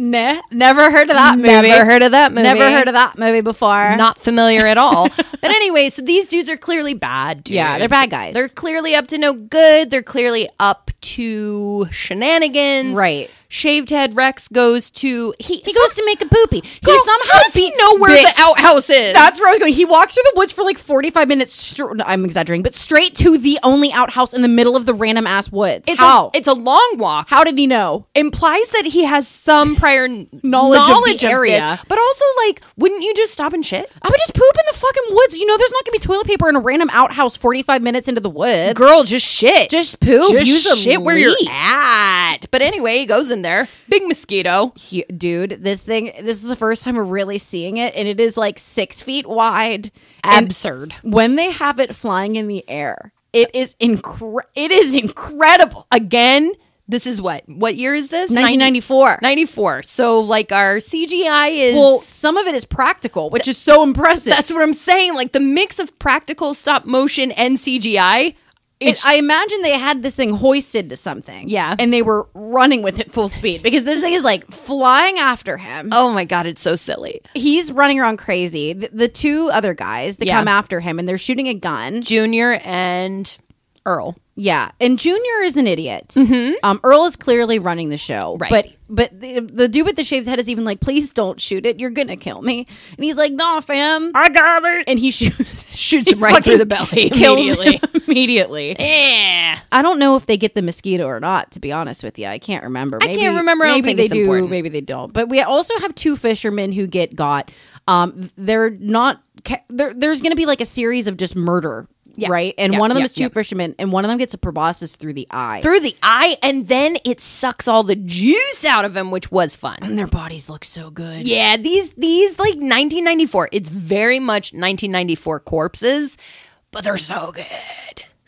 B: Nah, never heard of that movie.
A: Never heard of that movie.
B: Never heard of that movie before.
A: Not familiar at all. but anyway, so these dudes are clearly bad dudes.
B: Yeah, they're bad guys.
A: They're clearly up to no good. They're clearly up to shenanigans.
B: Right.
A: Shaved head Rex goes to he,
B: he goes to make a poopy.
A: Girl,
B: he somehow
A: how does he know where the
B: Bitch.
A: outhouse is?
B: That's where I was going. He walks through the woods for like 45 minutes. Str- no, I'm exaggerating, but straight to the only outhouse in the middle of the random ass woods.
A: it's
B: How?
A: A, it's a long walk.
B: How did he know?
A: implies that he has some prior knowledge,
B: Knowledge of the
A: knowledge of, area.
B: area.
A: but also, like, wouldn't you just stop and shit?
B: I would just poop in the fucking woods. You know, there's not going to be toilet paper in a random outhouse 45 minutes into the woods.
A: Girl, just shit.
B: Just poop.
A: Just
B: Use a
A: shit where you're
B: leaf.
A: at. But anyway, he goes in there. Big mosquito.
B: hu- dude this thing this is the first time we're really seeing it and it is like six feet wide And
A: Absurd.
B: when they have it flying in the air it is incre- it is incredible
A: Again, this is what? What year is this?
B: 1994
A: 94. So, like, our CGI is.
B: well some of it is practical which is so impressive
A: that's what I'm saying. Like, the mix of practical stop motion and CGI.
B: And I imagine they had this thing hoisted to something.
A: Yeah.
B: And they were running with it full speed because this thing is like flying after him.
A: Oh my God, it's so silly.
B: He's running around crazy. The, the two other guys that
A: Yeah.
B: come after him and they're shooting a gun.
A: Junior and Earl.
B: Yeah, and Junior is an idiot. Um, Earl is clearly running the show,
A: Mm-hmm. Right.
B: But but the, the dude with the shaved head is even like, "Please don't shoot it. You're gonna kill me." And he's like, "Nah, fam."
A: I got it.
B: And he shoots
A: Shoots
B: he
A: him right
B: fucking
A: through the belly
B: kills
A: immediately.
B: him immediately.
A: Yeah.
B: I don't know if they get the mosquito or not. To be honest with you, I can't remember. Maybe,
A: can't remember. I don't
B: Maybe
A: think
B: they
A: it's
B: do.
A: important.
B: Maybe they don't. But we also have two fishermen who get got. Um, they're not. ca- There, there's going to be like a series of just murder.
A: Yeah.
B: Right, and
A: Yeah,
B: one of them
A: yeah,
B: is two
A: yeah.
B: fishermen, and one of them gets a proboscis through the eye.
A: Through the eye, and then it sucks all the juice out of him, which was fun.
B: and their bodies look so good.
A: Yeah, these these like 1994. It's very much 1994 corpses, but they're so good.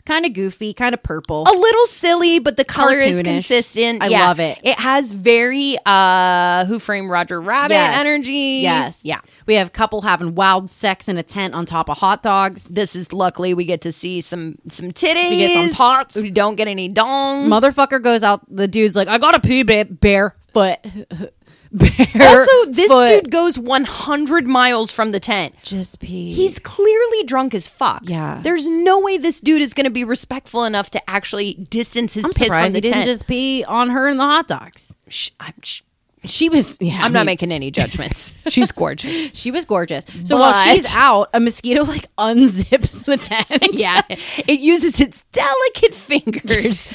B: Kind of goofy, kind of purple.
A: A little silly, but the color is
B: Cartoonish.
A: consistent.
B: I
A: Yeah.
B: love it.
A: It has very uh Who Framed Roger Rabbit energy.
B: Yes.
A: yeah.
B: We have a couple having wild sex in a tent on top of hot dogs.
A: This is luckily we get to see some some titties.
B: get some tots.
A: We don't get any dong.
B: Motherfucker goes out. The dude's like, I got a pee ba- bear. foot. Bare
A: Also, this
B: foot.
A: dude goes 100 miles from the tent.
B: just pee.
A: He's clearly drunk as fuck.
B: Yeah.
A: There's no way this dude is going to be respectful enough to actually distance his
B: I'm
A: piss from
B: surprised
A: the
B: he didn't
A: tent.
B: just pee on her in the hot dogs.
A: Sh- I'm, sh-
B: She was. Yeah,
A: I'm not making any judgments. She's gorgeous.
B: She was gorgeous. So while
A: But-
B: she's out, a mosquito like unzips the tent.
A: Yeah. It uses its delicate fingers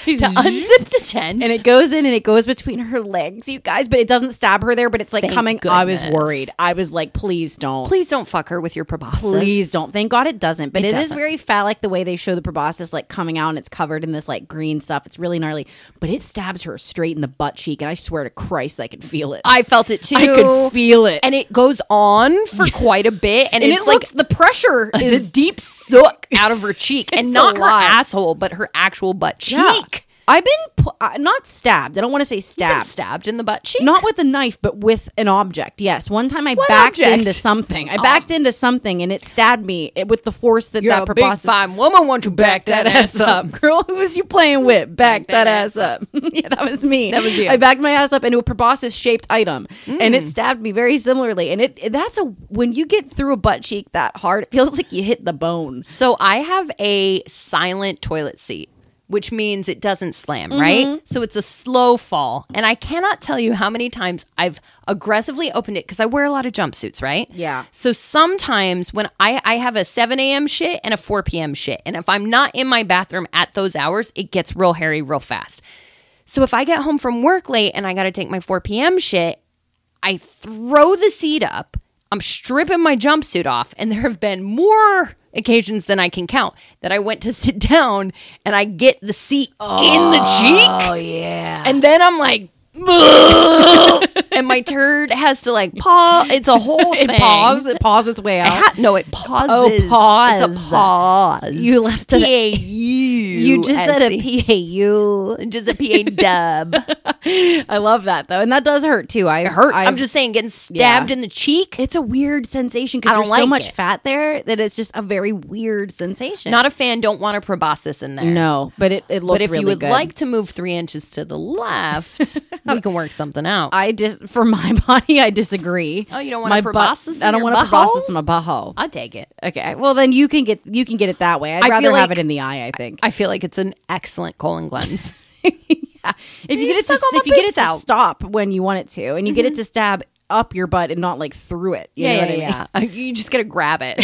A: to unzip the tent.
B: And it goes in and it goes between her legs, you guys, but it doesn't stab her there, but it's like
A: Thank
B: coming. I was
A: goodness.
B: worried. I was like, please don't.
A: Please don't fuck her with your proboscis.
B: Please don't. Thank God it doesn't. But it is
A: doesn't.
B: very phallic the way they show the proboscis like coming out and it's covered in this like green stuff. It's really gnarly. But it stabs her straight in the butt cheek, and I swear to Christ, I can feel it.
A: I felt it too.
B: I could feel it.
A: And it goes on for quite a bit. And,
B: and
A: it's
B: it
A: like
B: looks the pressure is
A: is-
B: a deep suck.
A: out of her cheek. And
B: It's
A: not
B: a
A: her
B: lot.
A: asshole, but her actual butt cheek.
B: Yeah. I've been pu- uh, not stabbed. I don't want to say
A: Been
B: stabbed.
A: stabbed in the butt cheek.
B: Not with a knife, but with an object. Yes. One time I backed
A: object?
B: into something. I backed into something and it stabbed me it- with the force that
A: You're
B: that
A: a big
B: proboscis.
A: fine woman. Want to back that ass up?
B: Girl, who was you playing with? Back
A: that
B: that, ass up. yeah, that was Mm. me. That
A: was you.
B: I backed my ass up into a proboscis shaped item and it stabbed me very similarly. And it that's a when you get through a butt cheek that hard, it feels like you hit the bone.
A: So I have a silent toilet seat, which means it doesn't slam, right? So it's a slow fall. And I cannot tell you how many times I've aggressively opened it because I wear a lot of jumpsuits, right?
B: Yeah.
A: So sometimes when I, I have a 7 a.m. shit and a 4 p.m. shit. And if I'm not in my bathroom at those hours, it gets real hairy real fast. So if I get home from work late and I got to take my 4 p.m. shit, I throw the seat up. I'm stripping my jumpsuit off, and there have been more occasions than I can count that I went to sit down and I get the seat in the cheek. Oh yeah, and then I'm like. "Ugh," and my turd has to like pause. It's a whole
B: It
A: thing.
B: paws, it paws its way
A: It
B: out. Oh,
A: ha- no, it pauses.
B: pause.
A: It's a pause.
B: You left it-
A: P-A-U. You
B: You just said a PAU.
A: Just a P-A dub.
B: I love that though, and that does hurt too. I it
A: Hurt.
B: I,
A: I'm just saying, getting stabbed
B: Yeah.
A: in the cheek.
B: It's a weird sensation
A: I
B: because
A: don't
B: there's so
A: like
B: much
A: it.
B: fat there that it's just a very weird sensation.
A: Not a fan. Don't want a proboscis in there.
B: no, but it it looked
A: But if
B: really
A: you would
B: good.
A: like to move three inches to the left, we can work something out.
B: I just for my body, I disagree.
A: Oh, you don't want a
B: My butt-
A: proboscis in
B: I don't
A: your
B: want a
A: butthole?
B: proboscis in my butthole.
A: I'll take it.
B: Okay, well then you can get you can get it that way. I'd
A: I
B: rather
A: feel
B: have
A: like-
B: it in the eye. I think
A: I feel like it's an excellent colon cleanse.
B: if you
A: you
B: get it to,
A: suck all my
B: if you get it
A: boobs
B: to
A: out. Mm-hmm.
B: stop when you want it to, and you get it to stab up your butt and not like through it. You know what I mean?
A: yeah. You just gotta grab it,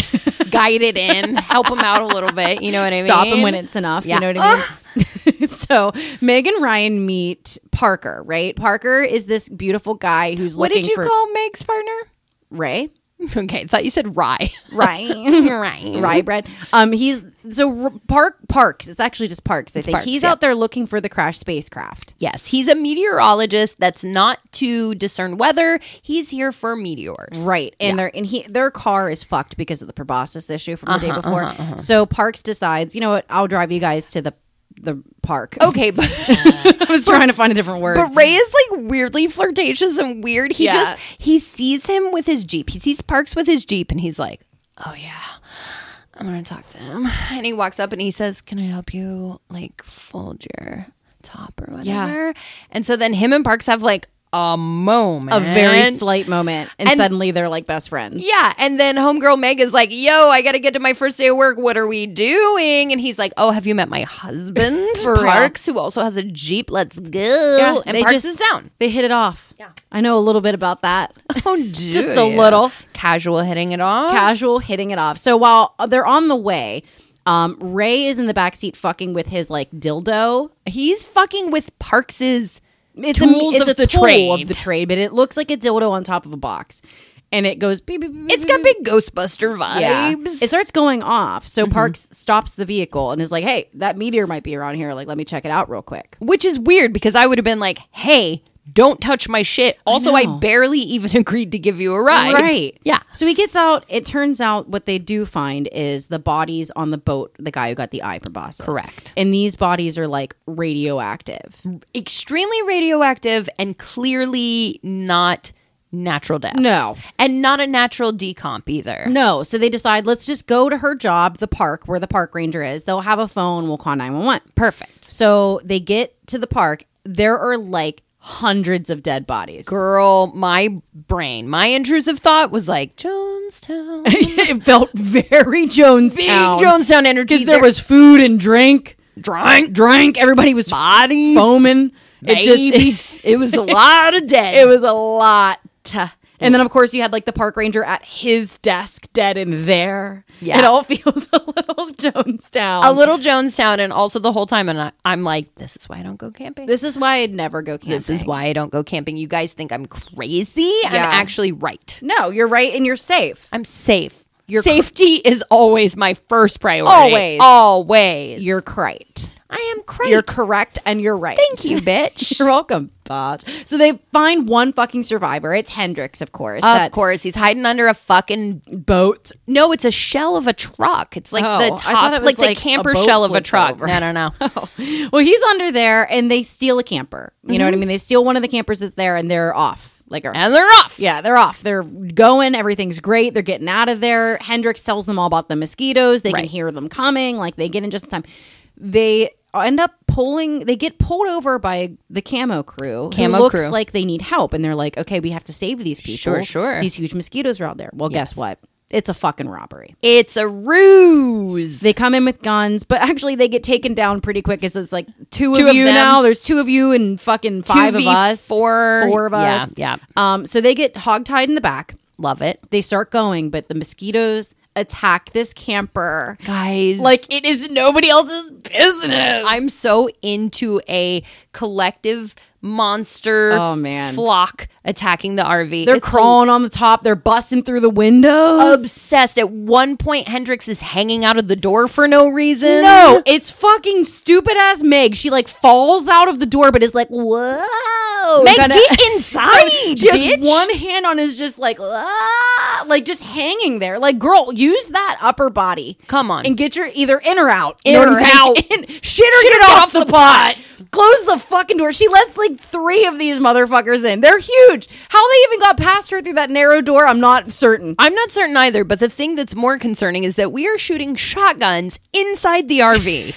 A: guide it in, help him out a little bit. You know what I mean?
B: stop him when it's enough.
A: Yeah.
B: You know what I mean? so Meg and Ryan meet Parker, right? Parker is this beautiful guy who's
A: What
B: looking
A: did you
B: for
A: call Meg's partner?
B: Ray.
A: Okay, I thought you said rye.
B: Ryan.
A: Rye.
B: Rye bread. Um, he's so R- Park Parks. It's actually just Parks. I think
A: Parks,
B: he's
A: yeah.
B: out there looking for the crash spacecraft.
A: Yes, he's a meteorologist that's not to discern weather. He's here for meteors.
B: Right, and their and he their car is fucked because of the proboscis issue from the day before. So Parks decides, you know what? I'll drive you guys to the the park.
A: Okay, but
B: I was trying to find a different word.
A: But Ray is like weirdly flirtatious and weird. He
B: Yeah.
A: just he sees him with his Jeep. He sees Parks with his Jeep and he's like, "Oh yeah. I'm going to talk to him." And he walks up and he says, "Can I help you like fold your top or whatever?" And so then him and Parks have like a moment.
B: a very slight moment, and,
A: and-
B: suddenly they're like best friends.
A: yeah, and then homegirl Meg is like, "Yo, I got to get to my first day of work. What are we doing?" And he's like, "Oh, have you met my husband,
B: For real.
A: Parks, who also has a Jeep? Let's go."
B: Yeah,
A: and
B: they
A: Parks
B: just-
A: is down.
B: They hit it off. Yeah. I know a little bit about that.
A: Oh, do
B: Just a
A: ya?
B: little.
A: casual hitting it off.
B: Casual hitting it off. So while uh, they're on the way, um, Ray is in the backseat fucking with his like dildo.
A: He's fucking with Parks's
B: It's
A: Tools
B: a, it's
A: of
B: a
A: the
B: tool
A: trade.
B: of the trade, but it looks like a dildo on top of a box. And it goes beep, beep, beep,
A: It's
B: beep,
A: got
B: beep.
A: big Ghostbuster vibes.
B: Mm-hmm.
A: Mm-hmm.
B: Yeah. It starts going off. So Parks stops the vehicle and is like, hey, that meteor might be around here. Like, let me check it out real quick.
A: Which is weird because I would have been like, hey, don't touch my shit. Also, I,
B: know.
A: barely even agreed to give you a ride.
B: Right.
A: Yeah.
B: So he gets out. It turns out what they do find is the bodies on the boat, the guy who got the eye proboscis.
A: Correct.
B: And these bodies are like radioactive.
A: Extremely radioactive and clearly not natural deaths.
B: No.
A: And not a natural decomp either.
B: No. So they decide, let's just go to her job, the park, where the park ranger is. They'll have a phone. We'll call 911.
A: Perfect.
B: So they get to the park. There are like hundreds of dead bodies.
A: Girl, my brain, my intrusive thought was like Jonestown.
B: it felt very Jonestown.
A: Big Jonestown energy.
B: because there was food and drink,
A: drunk
B: drank. Everybody was
A: bodies.
B: foaming. It
A: babies.
B: just it,
A: it was a lot of dead.
B: it was a lot. And then of course you had like the park ranger at his desk, dead in there.
A: Yeah.
B: it all feels a little Jonestown.
A: a little Jonestown, and also the whole time, and I, I'm like, this is why I don't go camping.
B: This is why I'd never go camping.
A: This is why I don't go camping. You guys think I'm crazy. I'm
B: Yeah.
A: actually right.
B: no, you're right, and you're safe.
A: I'm safe.
B: You're
A: Safety is always my first priority.
B: Always.
A: Always.
B: You're correct.
A: I am crazy.
B: You're correct, and you're right.
A: Thank you, bitch.
B: You're welcome, bot. So they find one fucking survivor. It's Hendrix, of course.
A: of
B: that
A: course, he's hiding under a fucking.
B: boat.
A: No, it's a shell of a truck. It's like
B: Oh, I
A: the
B: thought
A: top,
B: it was
A: like,
B: like
A: the
B: a
A: camper
B: boat
A: shell of a
B: flipped
A: truck.
B: over. Oh.
A: No, no, no.
B: Well, he's under there, and they steal a camper. You know what I mean? They steal one of the campers that's there, and they're off. Like, or-
A: and they're off.
B: yeah, they're off. They're going. Everything's great. They're getting out of there. Hendrix tells them all about the mosquitoes. They
A: Right.
B: can hear them coming. Like they get in just in time. They end up pulling. They get pulled over by the camo crew. who
A: Camo
B: looks
A: crew.
B: like they need help, and they're like, "Okay, we have to save these people.
A: Sure, sure.
B: These huge mosquitoes are out there. Well, guess what? It's a fucking robbery.
A: It's a ruse.
B: They come in with guns, but actually they get taken down pretty quick. Because it's like two,
A: Two
B: of
A: of
B: you
A: them.
B: now. There's two of you and fucking five of us.
A: Four.
B: Four of
A: Yeah,
B: us.
A: yeah.
B: Um. So they get hogtied in the back
A: Love it.
B: they start going, but the mosquitoes attack this camper.
A: Guys.
B: Like it is nobody else's business.
A: I'm so into a collective monster
B: Oh, man.
A: flock attacking the RV.
B: They're
A: It's
B: crawling on the top. They're busting through the windows.
A: obsessed. At one point, Hendrix is hanging out of the door for no reason.
B: no, it's fucking stupid ass Meg. She like falls out of the door, but is like, whoa.
A: Meg,
B: Kinda-
A: get inside.
B: She has
A: bitch.
B: one hand on is just like, ah, like just hanging there. Like, girl, use that upper body.
A: Come on.
B: And get your either in or out.
A: In
B: what
A: or
B: I'm saying?
A: out.
B: In- shit or get, off, the, pot. Close the fucking door. She lets like three of these motherfuckers in. They're huge. How they even got past her through that narrow door, I'm not certain.
A: I'm not certain either, but the thing that's more concerning is that we are shooting shotguns inside the RV.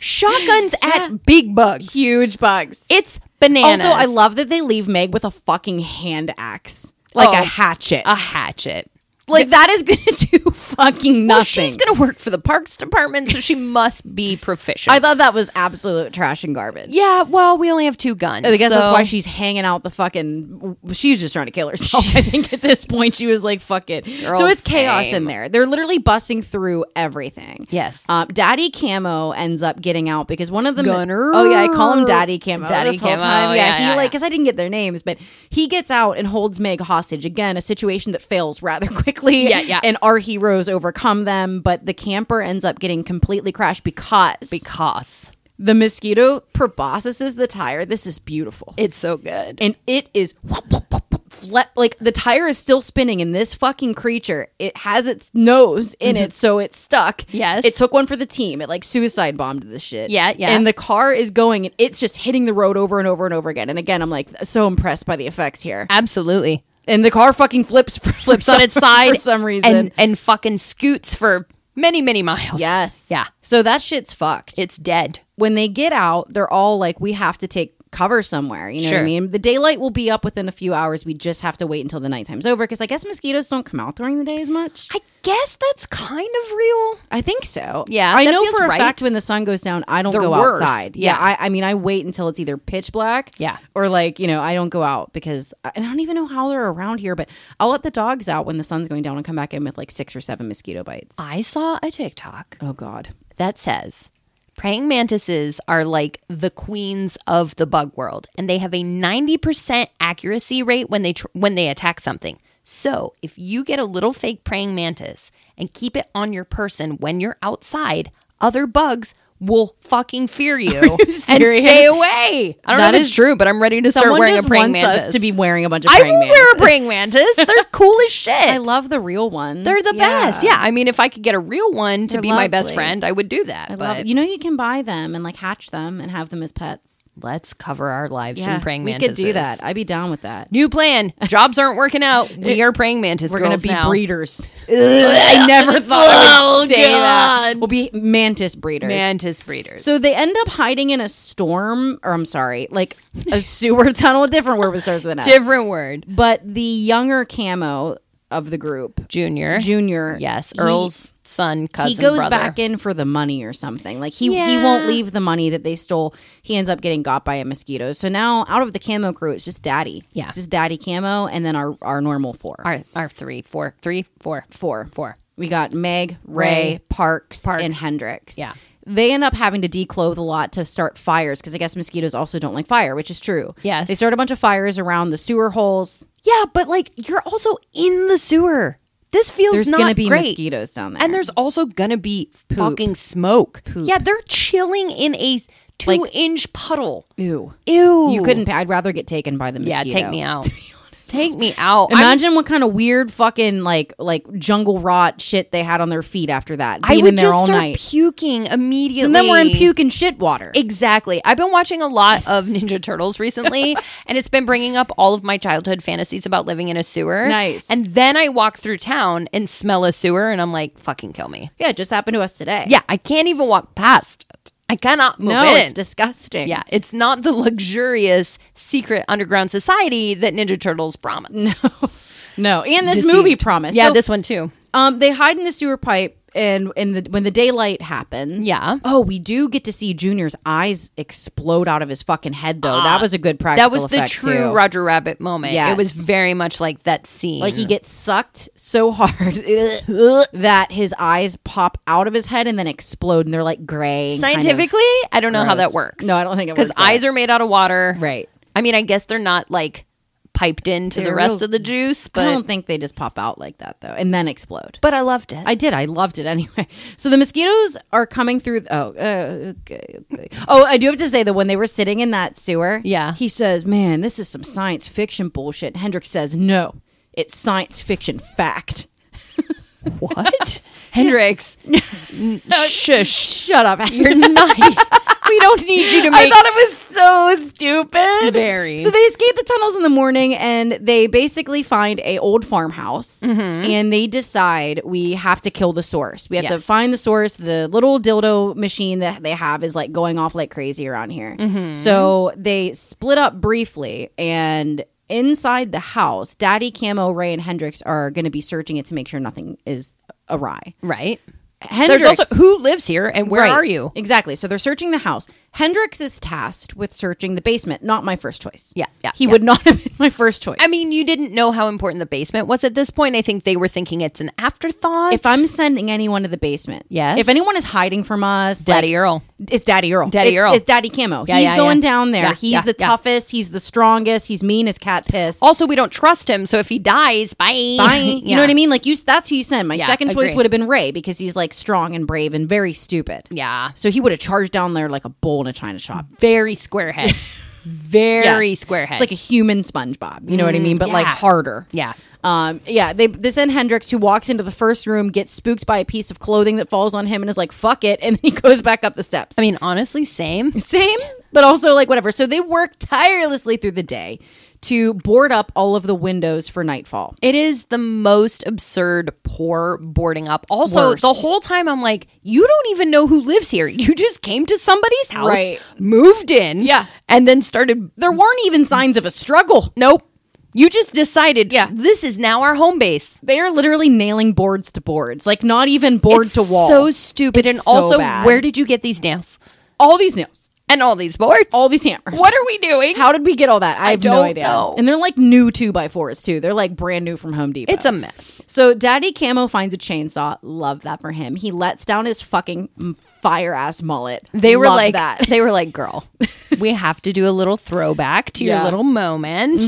A: shotguns at big bugs.
B: Huge bugs.
A: It's bananas.
B: Also, I love that they leave Meg with a fucking hand axe. Like
A: Oh.
B: a hatchet.
A: a hatchet.
B: like that is gonna do fucking nothing.
A: Well, she's going to work for the parks department, so she must be proficient.
B: I thought that was absolute trash and garbage.
A: Yeah, well, we only have two guns.
B: I guess that's
A: so-
B: why she's hanging out the fucking. She's just trying to kill herself. I think at this point she was like, "Fuck it." so
A: Girl,
B: it's chaos
A: same.
B: in there. They're literally busting through everything.
A: Yes.
B: Um, Daddy Camo ends up getting out because one of them.
A: Gunner.
B: Oh yeah, I call him Daddy Camo.
A: Daddy
B: this whole
A: Camo,
B: time.
A: yeah,
B: he
A: yeah,
B: like
A: yeah.
B: because I didn't get their names, but he gets out and holds Meg hostage again. A situation that fails rather quickly.
A: Yeah, yeah.
B: And our heroes overcome them, but the camper ends up getting completely crashed because
A: because
B: the mosquito proboscises the tire. This is beautiful
A: it's so good.
B: and it is whoop, whoop, whoop, whoop, fle- like the tire is still spinning and this fucking creature it has its nose in it so it's stuck
A: Mm-hmm. Yes.
B: it took one for the team it like suicide bombed this shit
A: Yeah, yeah.
B: and the car is going and it's just hitting the road over and over and over again and again i'm like so impressed by the effects here
A: Absolutely.
B: and the car fucking flips flips
A: It's on its side
B: for some reason
A: and, and fucking scoots for many many miles.
B: yes
A: yeah,
B: so that shit's fucked
A: it's dead.
B: when they get out, they're all like, we have to take cover somewhere. You know what I
A: Sure.
B: mean? The daylight will be up within a few hours. We just have to wait until the nighttime's over because I guess mosquitoes don't come out during the day as much.
A: I guess that's kind of real.
B: I think so.
A: Yeah,
B: I
A: that
B: know
A: feels
B: for a
A: right.
B: fact when the sun goes down, I don't
A: They're
B: go
A: worse.
B: outside.
A: Yeah.
B: I, I mean, I wait until it's either pitch black.
A: Yeah.
B: Or like, you know, I don't go out because, uh, and I don't even know how they're around here, but I'll let the dogs out when the sun's going down and come back in with like six or seven mosquito bites.
A: I saw a TikTok
B: Oh, God.
A: that says praying mantises are like the queens of the bug world, and they have a ninety percent accuracy rate when they tr- when they attack something. So if you get a little fake praying mantis and keep it on your person when you're outside, other bugs will fucking fear you, and
B: serious?
A: stay away. I don't
B: That
A: know if it's
B: is-
A: true, but I'm ready to start
B: Someone
A: wearing
B: just
A: a praying
B: wants
A: mantis
B: us to be wearing a bunch of
A: I
B: praying
A: will
B: mantis.
A: wear a praying mantis. They're cool as shit.
B: I love the real ones.
A: They're the best. Yeah. I mean, if I could get a real one to
B: They're
A: be my best
B: lovely.
A: friend, I would do that.
B: I
A: but
B: love it. You know, you can buy them and like hatch them and have them as pets.
A: let's cover our lives in praying
B: we
A: mantises.
B: could do that. I'd be down with that.
A: New plan. Jobs aren't working out. We are praying mantis.
B: We're
A: going
B: gonna
A: to
B: be breeders. I never thought
A: Oh,
B: I would say that. We'll be mantis breeders.
A: mantis breeders.
B: So they end up hiding in a storm, or I'm sorry, like a sewer tunnel. A different word with starts with an F.
A: different word.
B: but the younger camo of the group,
A: Junior.
B: Junior,
A: Yes.
B: he-
A: Earl's son, cousin,
B: He goes
A: brother.
B: back in for the money or something. Like he he won't leave the money that they stole. He ends up getting got by a mosquito. So now out of the camo crew, it's just daddy.
A: Yeah.
B: It's just daddy camo and then our our normal four.
A: Our, our three, four, three, four,
B: Four.
A: four.
B: We got Meg, Ray,
A: Ray,
B: Parks,
A: Parks.
B: and Hendricks.
A: Yeah.
B: They end up having to declothe a lot to start fires because I guess mosquitoes also don't like fire, which is true.
A: Yes.
B: They start a bunch of fires around the sewer holes.
A: Yeah, but like you're also in the sewer. This feels
B: There's
A: not
B: going to be
A: great.
B: mosquitoes down there.
A: And there's also gonna be fucking smoke. Yeah, they're chilling in a two inch puddle.
B: Ew.
A: Ew.
B: You couldn't. I'd rather get taken by the
A: Yeah,
B: mosquito.
A: take me out. Take me out. I'm-
B: Imagine what kind of weird fucking like like jungle rot shit they had on their feet after that.
A: I
B: Being in
A: would
B: there
A: just
B: all
A: start
B: night.
A: puking immediately.
B: and then we're in puke and shit water.
A: Exactly. I've been watching a lot of Ninja Turtles recently, and it's been bringing up all of my childhood fantasies about living in a sewer.
B: Nice.
A: And then I walk through town and smell a sewer, and I'm like, fucking kill me.
B: yeah, it just happened to us today.
A: Yeah, I can't even walk past it. I cannot move
B: No,
A: in.
B: it's disgusting.
A: yeah, it's not the luxurious secret underground society that Ninja Turtles promised.
B: No. And this
A: Deceived.
B: movie promise.
A: Yeah,
B: So,
A: this one too.
B: um they hide in the sewer pipe and in the when the daylight happens.
A: Yeah.
B: Oh, we do get to see Junior's eyes explode out of his fucking head though. Ah, that was a good practical
A: That was the
B: effect,
A: true
B: too.
A: Roger Rabbit moment.
B: Yes.
A: It was very much like that scene.
B: Like he gets sucked so hard that his eyes pop out of his head and then explode, and they're like gray. and kind of-
A: Scientifically, I don't know how
B: gross.
A: that works.
B: No, I don't think it
A: because
B: works that
A: eyes are made out of water.
B: Right.
A: I mean, I guess they're not like piped into
B: They're
A: the rest
B: real-
A: of the juice,
B: I
A: but
B: don't think they just pop out like that though, and then explode.
A: but I loved it.
B: I did. I loved it anyway. So the mosquitoes are coming through. Oh, uh, okay, okay. Oh, I do have to say that when they were sitting in that sewer,
A: Yeah.
B: he says, "Man, this is some science fiction bullshit." Hendrix says, "No, it's science fiction fact."
A: what Hendrix? n- shush!
B: Shut up.
A: You're not. we don't need you to make.
B: I thought it was so stupid.
A: Very.
B: So they escape the tunnels in the morning, and they basically find a old farmhouse,
A: Mm-hmm.
B: and they decide we have to kill the source. We have to
A: Yes.
B: find the source. The little dildo machine that they have is like going off like crazy around here.
A: Mm-hmm.
B: So they split up briefly, and. Inside the house, Daddy Camo, Ray, and Hendrix are going to be searching it to make sure nothing is awry.
A: right.
B: Hendrix,
A: There's also who lives here and where
B: Right.
A: are you?
B: Exactly. So they're searching the house. Hendrix is tasked with searching the basement. Not my first choice.
A: Yeah, yeah,
B: He
A: yeah.
B: would not have been my first choice.
A: I mean, you didn't know how important the basement was at this point. I think they were thinking it's an afterthought.
B: if I'm sending anyone to the basement,
A: Yes.
B: If anyone is hiding from us,
A: Daddy
B: like,
A: Earl.
B: it's Daddy Earl.
A: Daddy
B: it's,
A: Earl.
B: It's Daddy Camo.
A: Yeah,
B: he's
A: yeah,
B: going
A: yeah.
B: down there.
A: Yeah,
B: he's
A: yeah,
B: the
A: yeah.
B: toughest. He's the strongest. He's mean as cat piss.
A: Also, we don't trust him, so if he dies, bye.
B: Bye. You
A: Yeah.
B: know what I mean? Like you, that's who you send. My
A: Yeah,
B: second choice
A: agree.
B: would have been Ray because he's like strong and brave and very stupid.
A: Yeah.
B: So he would have charged down there like a bull in a china shop.
A: Very square head. Very
B: Yes.
A: square head.
B: It's like a human SpongeBob. You know what I mean? But like
A: yeah.
B: harder.
A: Yeah.
B: Um, yeah. They they send Hendrix, who walks into the first room, gets spooked by a piece of clothing that falls on him, and is like, "Fuck it," and then he goes back up the steps.
A: I mean, honestly, same.
B: Same, but also like whatever. So they work tirelessly through the day to board up all of the windows for nightfall.
A: It is the most absurd, poor boarding up. Also,
B: Worst.
A: the whole time I'm like, you don't even know who lives here. You just came to somebody's house,
B: Right.
A: moved in,
B: Yeah.
A: and then started.
B: There weren't even signs of a struggle.
A: Nope. You just decided,
B: Yeah.
A: this is now our home base.
B: They are literally nailing boards to boards, like not even board
A: It's
B: to wall.
A: So stupid.
B: It's
A: and
B: so
A: also,
B: bad.
A: where did you get these nails
B: all these nails,
A: and all these boards?
B: all these hammers.
A: what are we doing?
B: How did we get all that? I have no
A: don't
B: idea.
A: know.
B: And they're like new two by fours too. They're like brand new from Home Depot.
A: it's a mess.
B: so Daddy Camo finds a chainsaw. Love that for him. He lets down his fucking fire ass mullet.
A: They were
B: Love
A: like
B: that.
A: they were like, girl, we have to do a little throwback to
B: Yeah.
A: your little moment.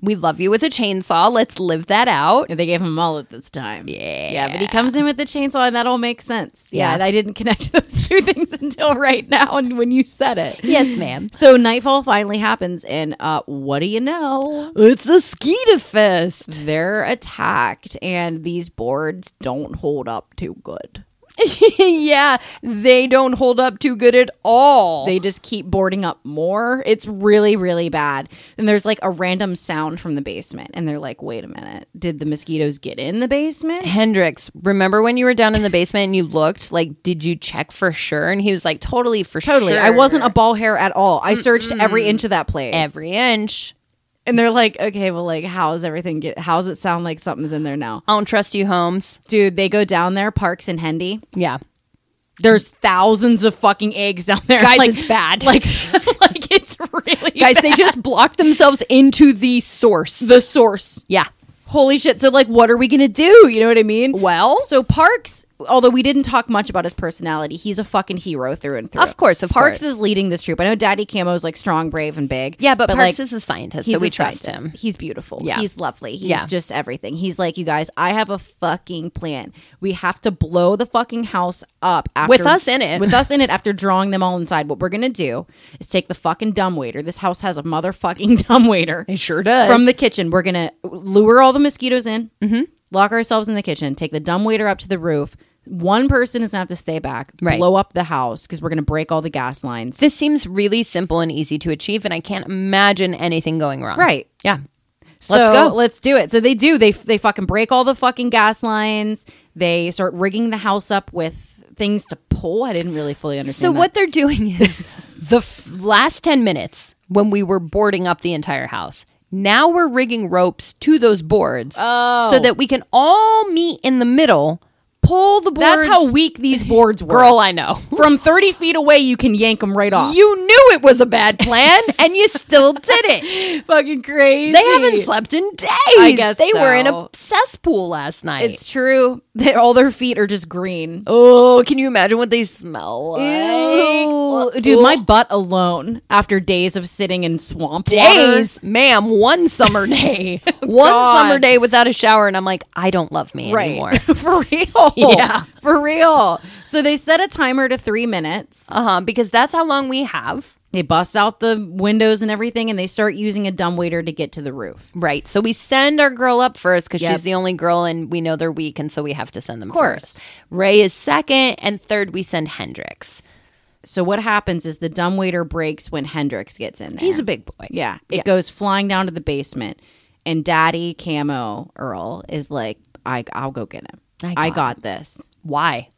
A: We love you with a chainsaw. Let's live that out.
B: They gave him a mullet this time.
A: Yeah.
B: yeah. But he comes in with the chainsaw, and that all makes sense. Yeah,
A: Yeah.
B: and I didn't connect those two things until right now, and when you said it.
A: Yes, ma'am.
B: So nightfall finally happens, and uh, what do you know?
A: It's a skeeta fest.
B: They're attacked, and these boards don't hold up too good.
A: yeah, they don't hold up too good at all.
B: They just keep boarding up more. It's really, really bad. And there's like a random sound from the basement. And they're like, wait a minute. Did the mosquitoes get in the basement?
A: Hendrix, remember when you were down in the basement and you looked? Like, did you check for sure? And he was like, totally for
B: Totally.
A: sure.
B: I wasn't a ball hair at all. I searched every inch of that place.
A: every inch.
B: And they're like, okay, well, like, how is everything get? How does it sound like something's in there now?
A: I don't trust you, Holmes.
B: Dude, they go down there, Parks and Hendy.
A: Yeah.
B: There's thousands of fucking eggs down there.
A: Guys,
B: Like-
A: it's bad.
B: Like, like it's really
A: guys, they just blocked themselves into the source.
B: the source.
A: Yeah.
B: Holy shit. So, like, what are we going to do? You know what I mean?
A: Well-
B: so Parks, although we didn't talk much about his personality, he's a fucking hero through and through.
A: Of course, of
B: Parks
A: course.
B: is leading this troop. I know Daddy Camo's like strong, brave, and big.
A: Yeah, but, Parks
B: like,
A: is a scientist,
B: he's
A: so we
B: a
A: trust
B: scientist.
A: him.
B: He's beautiful.
A: Yeah.
B: He's lovely. He's
A: Yeah.
B: just everything. He's like, you guys, I have a fucking plan. We have to blow the fucking house up after,
A: With us in it.
B: With us in it after drawing them all inside. What we're gonna do is take the fucking dumbwaiter. This house has a motherfucking dumbwaiter.
A: It sure does.
B: From the kitchen. We're gonna lure all the mosquitoes in,
A: Mm-hmm.
B: lock ourselves in the kitchen, take the dumbwaiter up to the roof. One person is gonna have to stay back,
A: Right.
B: blow up the house because we're gonna break all the gas lines.
A: This seems really simple and easy to achieve, and I can't imagine anything going wrong.
B: Right.
A: Yeah.
B: So
A: Let's go.
B: Let's do it. So they do. They they fucking break all the fucking gas lines. They start rigging the house up with things to pull. I didn't really fully understand.
A: So
B: that.
A: what they're doing is the f- last 10 minutes when we were boarding up the entire house. Now we're rigging ropes to those boards so that we can all meet in the middle, pull the boards.
B: That's how weak these boards were.
A: girl I know.
B: from thirty feet away, you can yank them right off.
A: You knew it was a bad plan and you still did it.
B: fucking crazy.
A: They haven't slept in days.
B: I guess
A: they were in a
B: so.
A: cesspool last night.
B: It's true. They, all their feet are just green.
A: oh, can you imagine what they smell like?
B: Ew. Dude, my butt alone after days of sitting in swamp water. Oh,
A: days, ma'am. One summer day, one
B: God.
A: summer day without a shower, and I'm like, I don't love me anymore.
B: for real.
A: Yeah.
B: for real. So they set a timer to three minutes.
A: Uh huh. Because that's how long we have,
B: They bust out the windows and everything, and they start using a dumbwaiter to get to the roof.
A: right? So we send our girl up first because
B: Yep.
A: she's the only girl, and we know they're weak, and so we have to send them
B: course.
A: first. Ray is second, and third we send Hendrix.
B: So what happens is the dumbwaiter breaks when Hendrix gets in there.
A: He's a big boy.
B: yeah. It goes flying down to the basement, and Daddy Camo Earl is like, "I I'll go get him. I got,
A: got
B: this."
A: Why?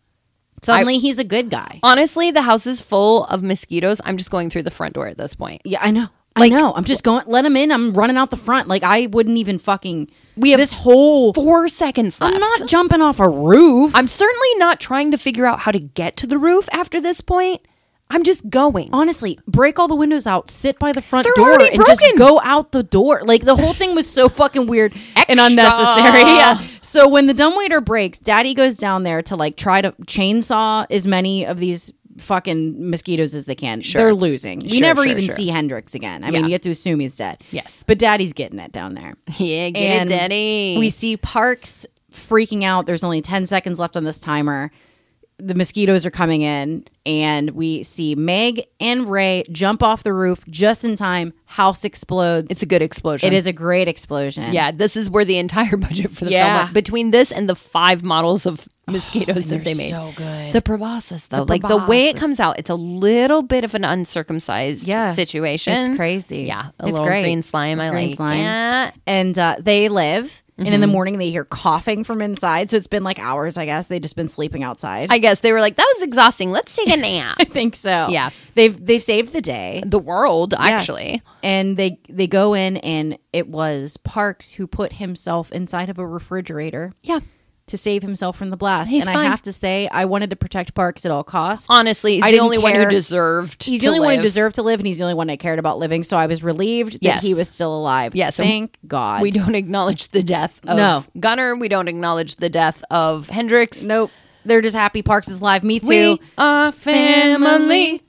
B: Suddenly, he's a good guy.
A: Honestly, the house is full of mosquitoes. I'm just going through the front door at this point.
B: Yeah, I know. I know. I'm just going. Let him in. I'm running out the front. Like I wouldn't even fucking. We have this whole.
A: Four seconds left.
B: I'm not jumping off a roof.
A: I'm certainly not trying to figure out how to get to the roof after this point. I'm just going.
B: honestly, break all the windows out, sit by the front
A: They're
B: door,
A: already
B: and just
A: broken.
B: go out the door. Like the whole thing was so fucking weird and unnecessary. Yeah. So when the dumbwaiter breaks, Daddy goes down there to like try to chainsaw as many of these fucking mosquitoes as they can. They're losing. We
A: Sure,
B: never
A: sure,
B: even
A: sure.
B: see Hendrix again. I
A: Yeah.
B: mean, you have to assume he's dead.
A: Yes.
B: But Daddy's getting it down there.
A: Yeah, get
B: And
A: it, Daddy.
B: We see Parks freaking out. There's only 10 seconds left on this timer. The mosquitoes are coming in, and we see Meg and Ray jump off the roof just in time. House explodes.
A: it's a good explosion.
B: it is a great explosion.
A: Yeah, this is where the entire budget for the
B: Yeah.
A: film went. between this and the five models of mosquitoes that they made.
B: so good.
A: The proboscis though, like the way it comes out, it's a little bit of an uncircumcised
B: Yeah.
A: situation.
B: It's crazy.
A: Yeah, a
B: It's
A: little
B: great.
A: green slime. I
B: Green
A: like
B: slime.
A: that. Mm-hmm.
B: And uh, they live. And in the morning, they hear coughing from inside. So it's been like hours, I guess. They've just been sleeping outside.
A: I guess they were like, "That was exhausting. Let's take a nap."
B: think so.
A: Yeah.
B: They've they've saved the day.
A: the world,
B: Yes.
A: actually.
B: And they they go in and it was Parks who put himself inside of a refrigerator.
A: Yeah.
B: To save himself from the blast.
A: He's
B: and
A: fine.
B: I have to say I wanted to protect Parks at all costs.
A: Honestly, he's
B: I
A: the
B: didn't
A: only one
B: care.
A: who deserved.
B: He's the
A: to
B: only one who
A: live.
B: deserved to live, and he's the only one I cared about living. So I was relieved that
A: Yes.
B: he was still alive.
A: Yes.
B: thank God.
A: We don't acknowledge the death of
B: No.
A: Gunner. We don't acknowledge the death of Hendrix.
B: nope. They're just happy Parks is alive. Me too.
A: We are family.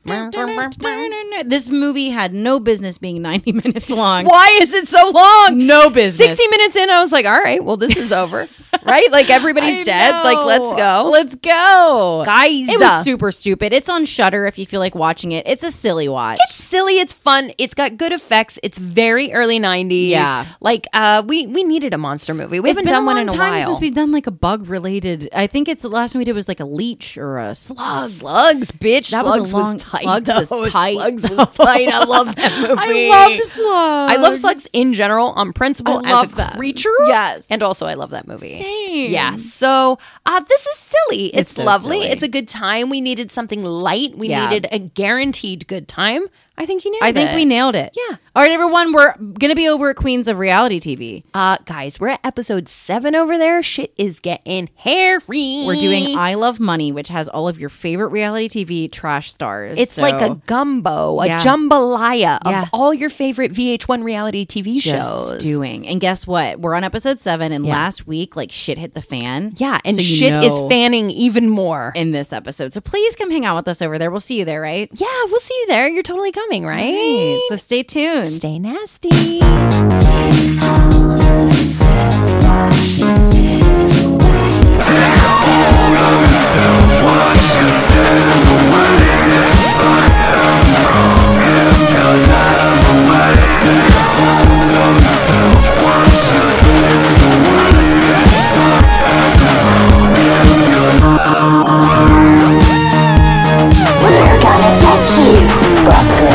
B: This movie had no business being 90 minutes long.
A: Why is it so long?
B: No business.
A: 60 minutes in, I was like, all right, well, this is over. right? Like, everybody's
B: I
A: dead. Like,
B: know.
A: let's go.
B: Let's uh, go.
A: Guys.
B: It was super stupid. It's on Shutter if you feel like watching it. It's a silly watch.
A: It's silly. It's fun. It's got good effects. It's very early 90s.
B: Yeah.
A: Like, uh, we, we needed a monster movie. We
B: It's
A: haven't done one in a
B: time
A: while.
B: since we've done like a bug related. I think it's the last one we did was like a leech or a slug.
A: Slugs, bitch.
B: That was a
A: slugs
B: long-
A: was tight.
B: Slugs was
A: though.
B: tight,
A: Slugs
B: though.
A: was tight. I love that movie.
B: I loved slug.
A: I love slugs in general on principle
B: I love
A: as a
B: them.
A: creature.
B: Yes.
A: And also I love that movie.
B: Same.
A: Yeah. So uh, this is silly. It's,
B: It's so
A: lovely.
B: silly.
A: It's a good time. We needed something light. We
B: Yeah.
A: needed a guaranteed good time. I think you nailed
B: I think
A: it.
B: we nailed it.
A: Yeah.
B: All right, everyone, we're gonna be over at Queens of Reality TV.
A: Uh, guys, we're at episode seven over there. Shit is getting hairy.
B: We're doing I Love Money, which has all of your favorite reality TV trash stars.
A: It's
B: So
A: like a gumbo, a
B: Yeah.
A: jambalaya of
B: Yeah.
A: all your favorite VH1 reality TV
B: just
A: shows.
B: doing. And guess what? We're on episode seven, and last week, like shit hit the fan.
A: Yeah, and
B: So you
A: shit
B: know
A: is fanning even more.
B: in this episode. So please come hang out with us over there. We'll see you there, right?
A: yeah, we'll see you there. You're totally coming, right?
B: Right. So stay tuned.
A: Stay nasty.
C: We're gonna get you, Buckaroo.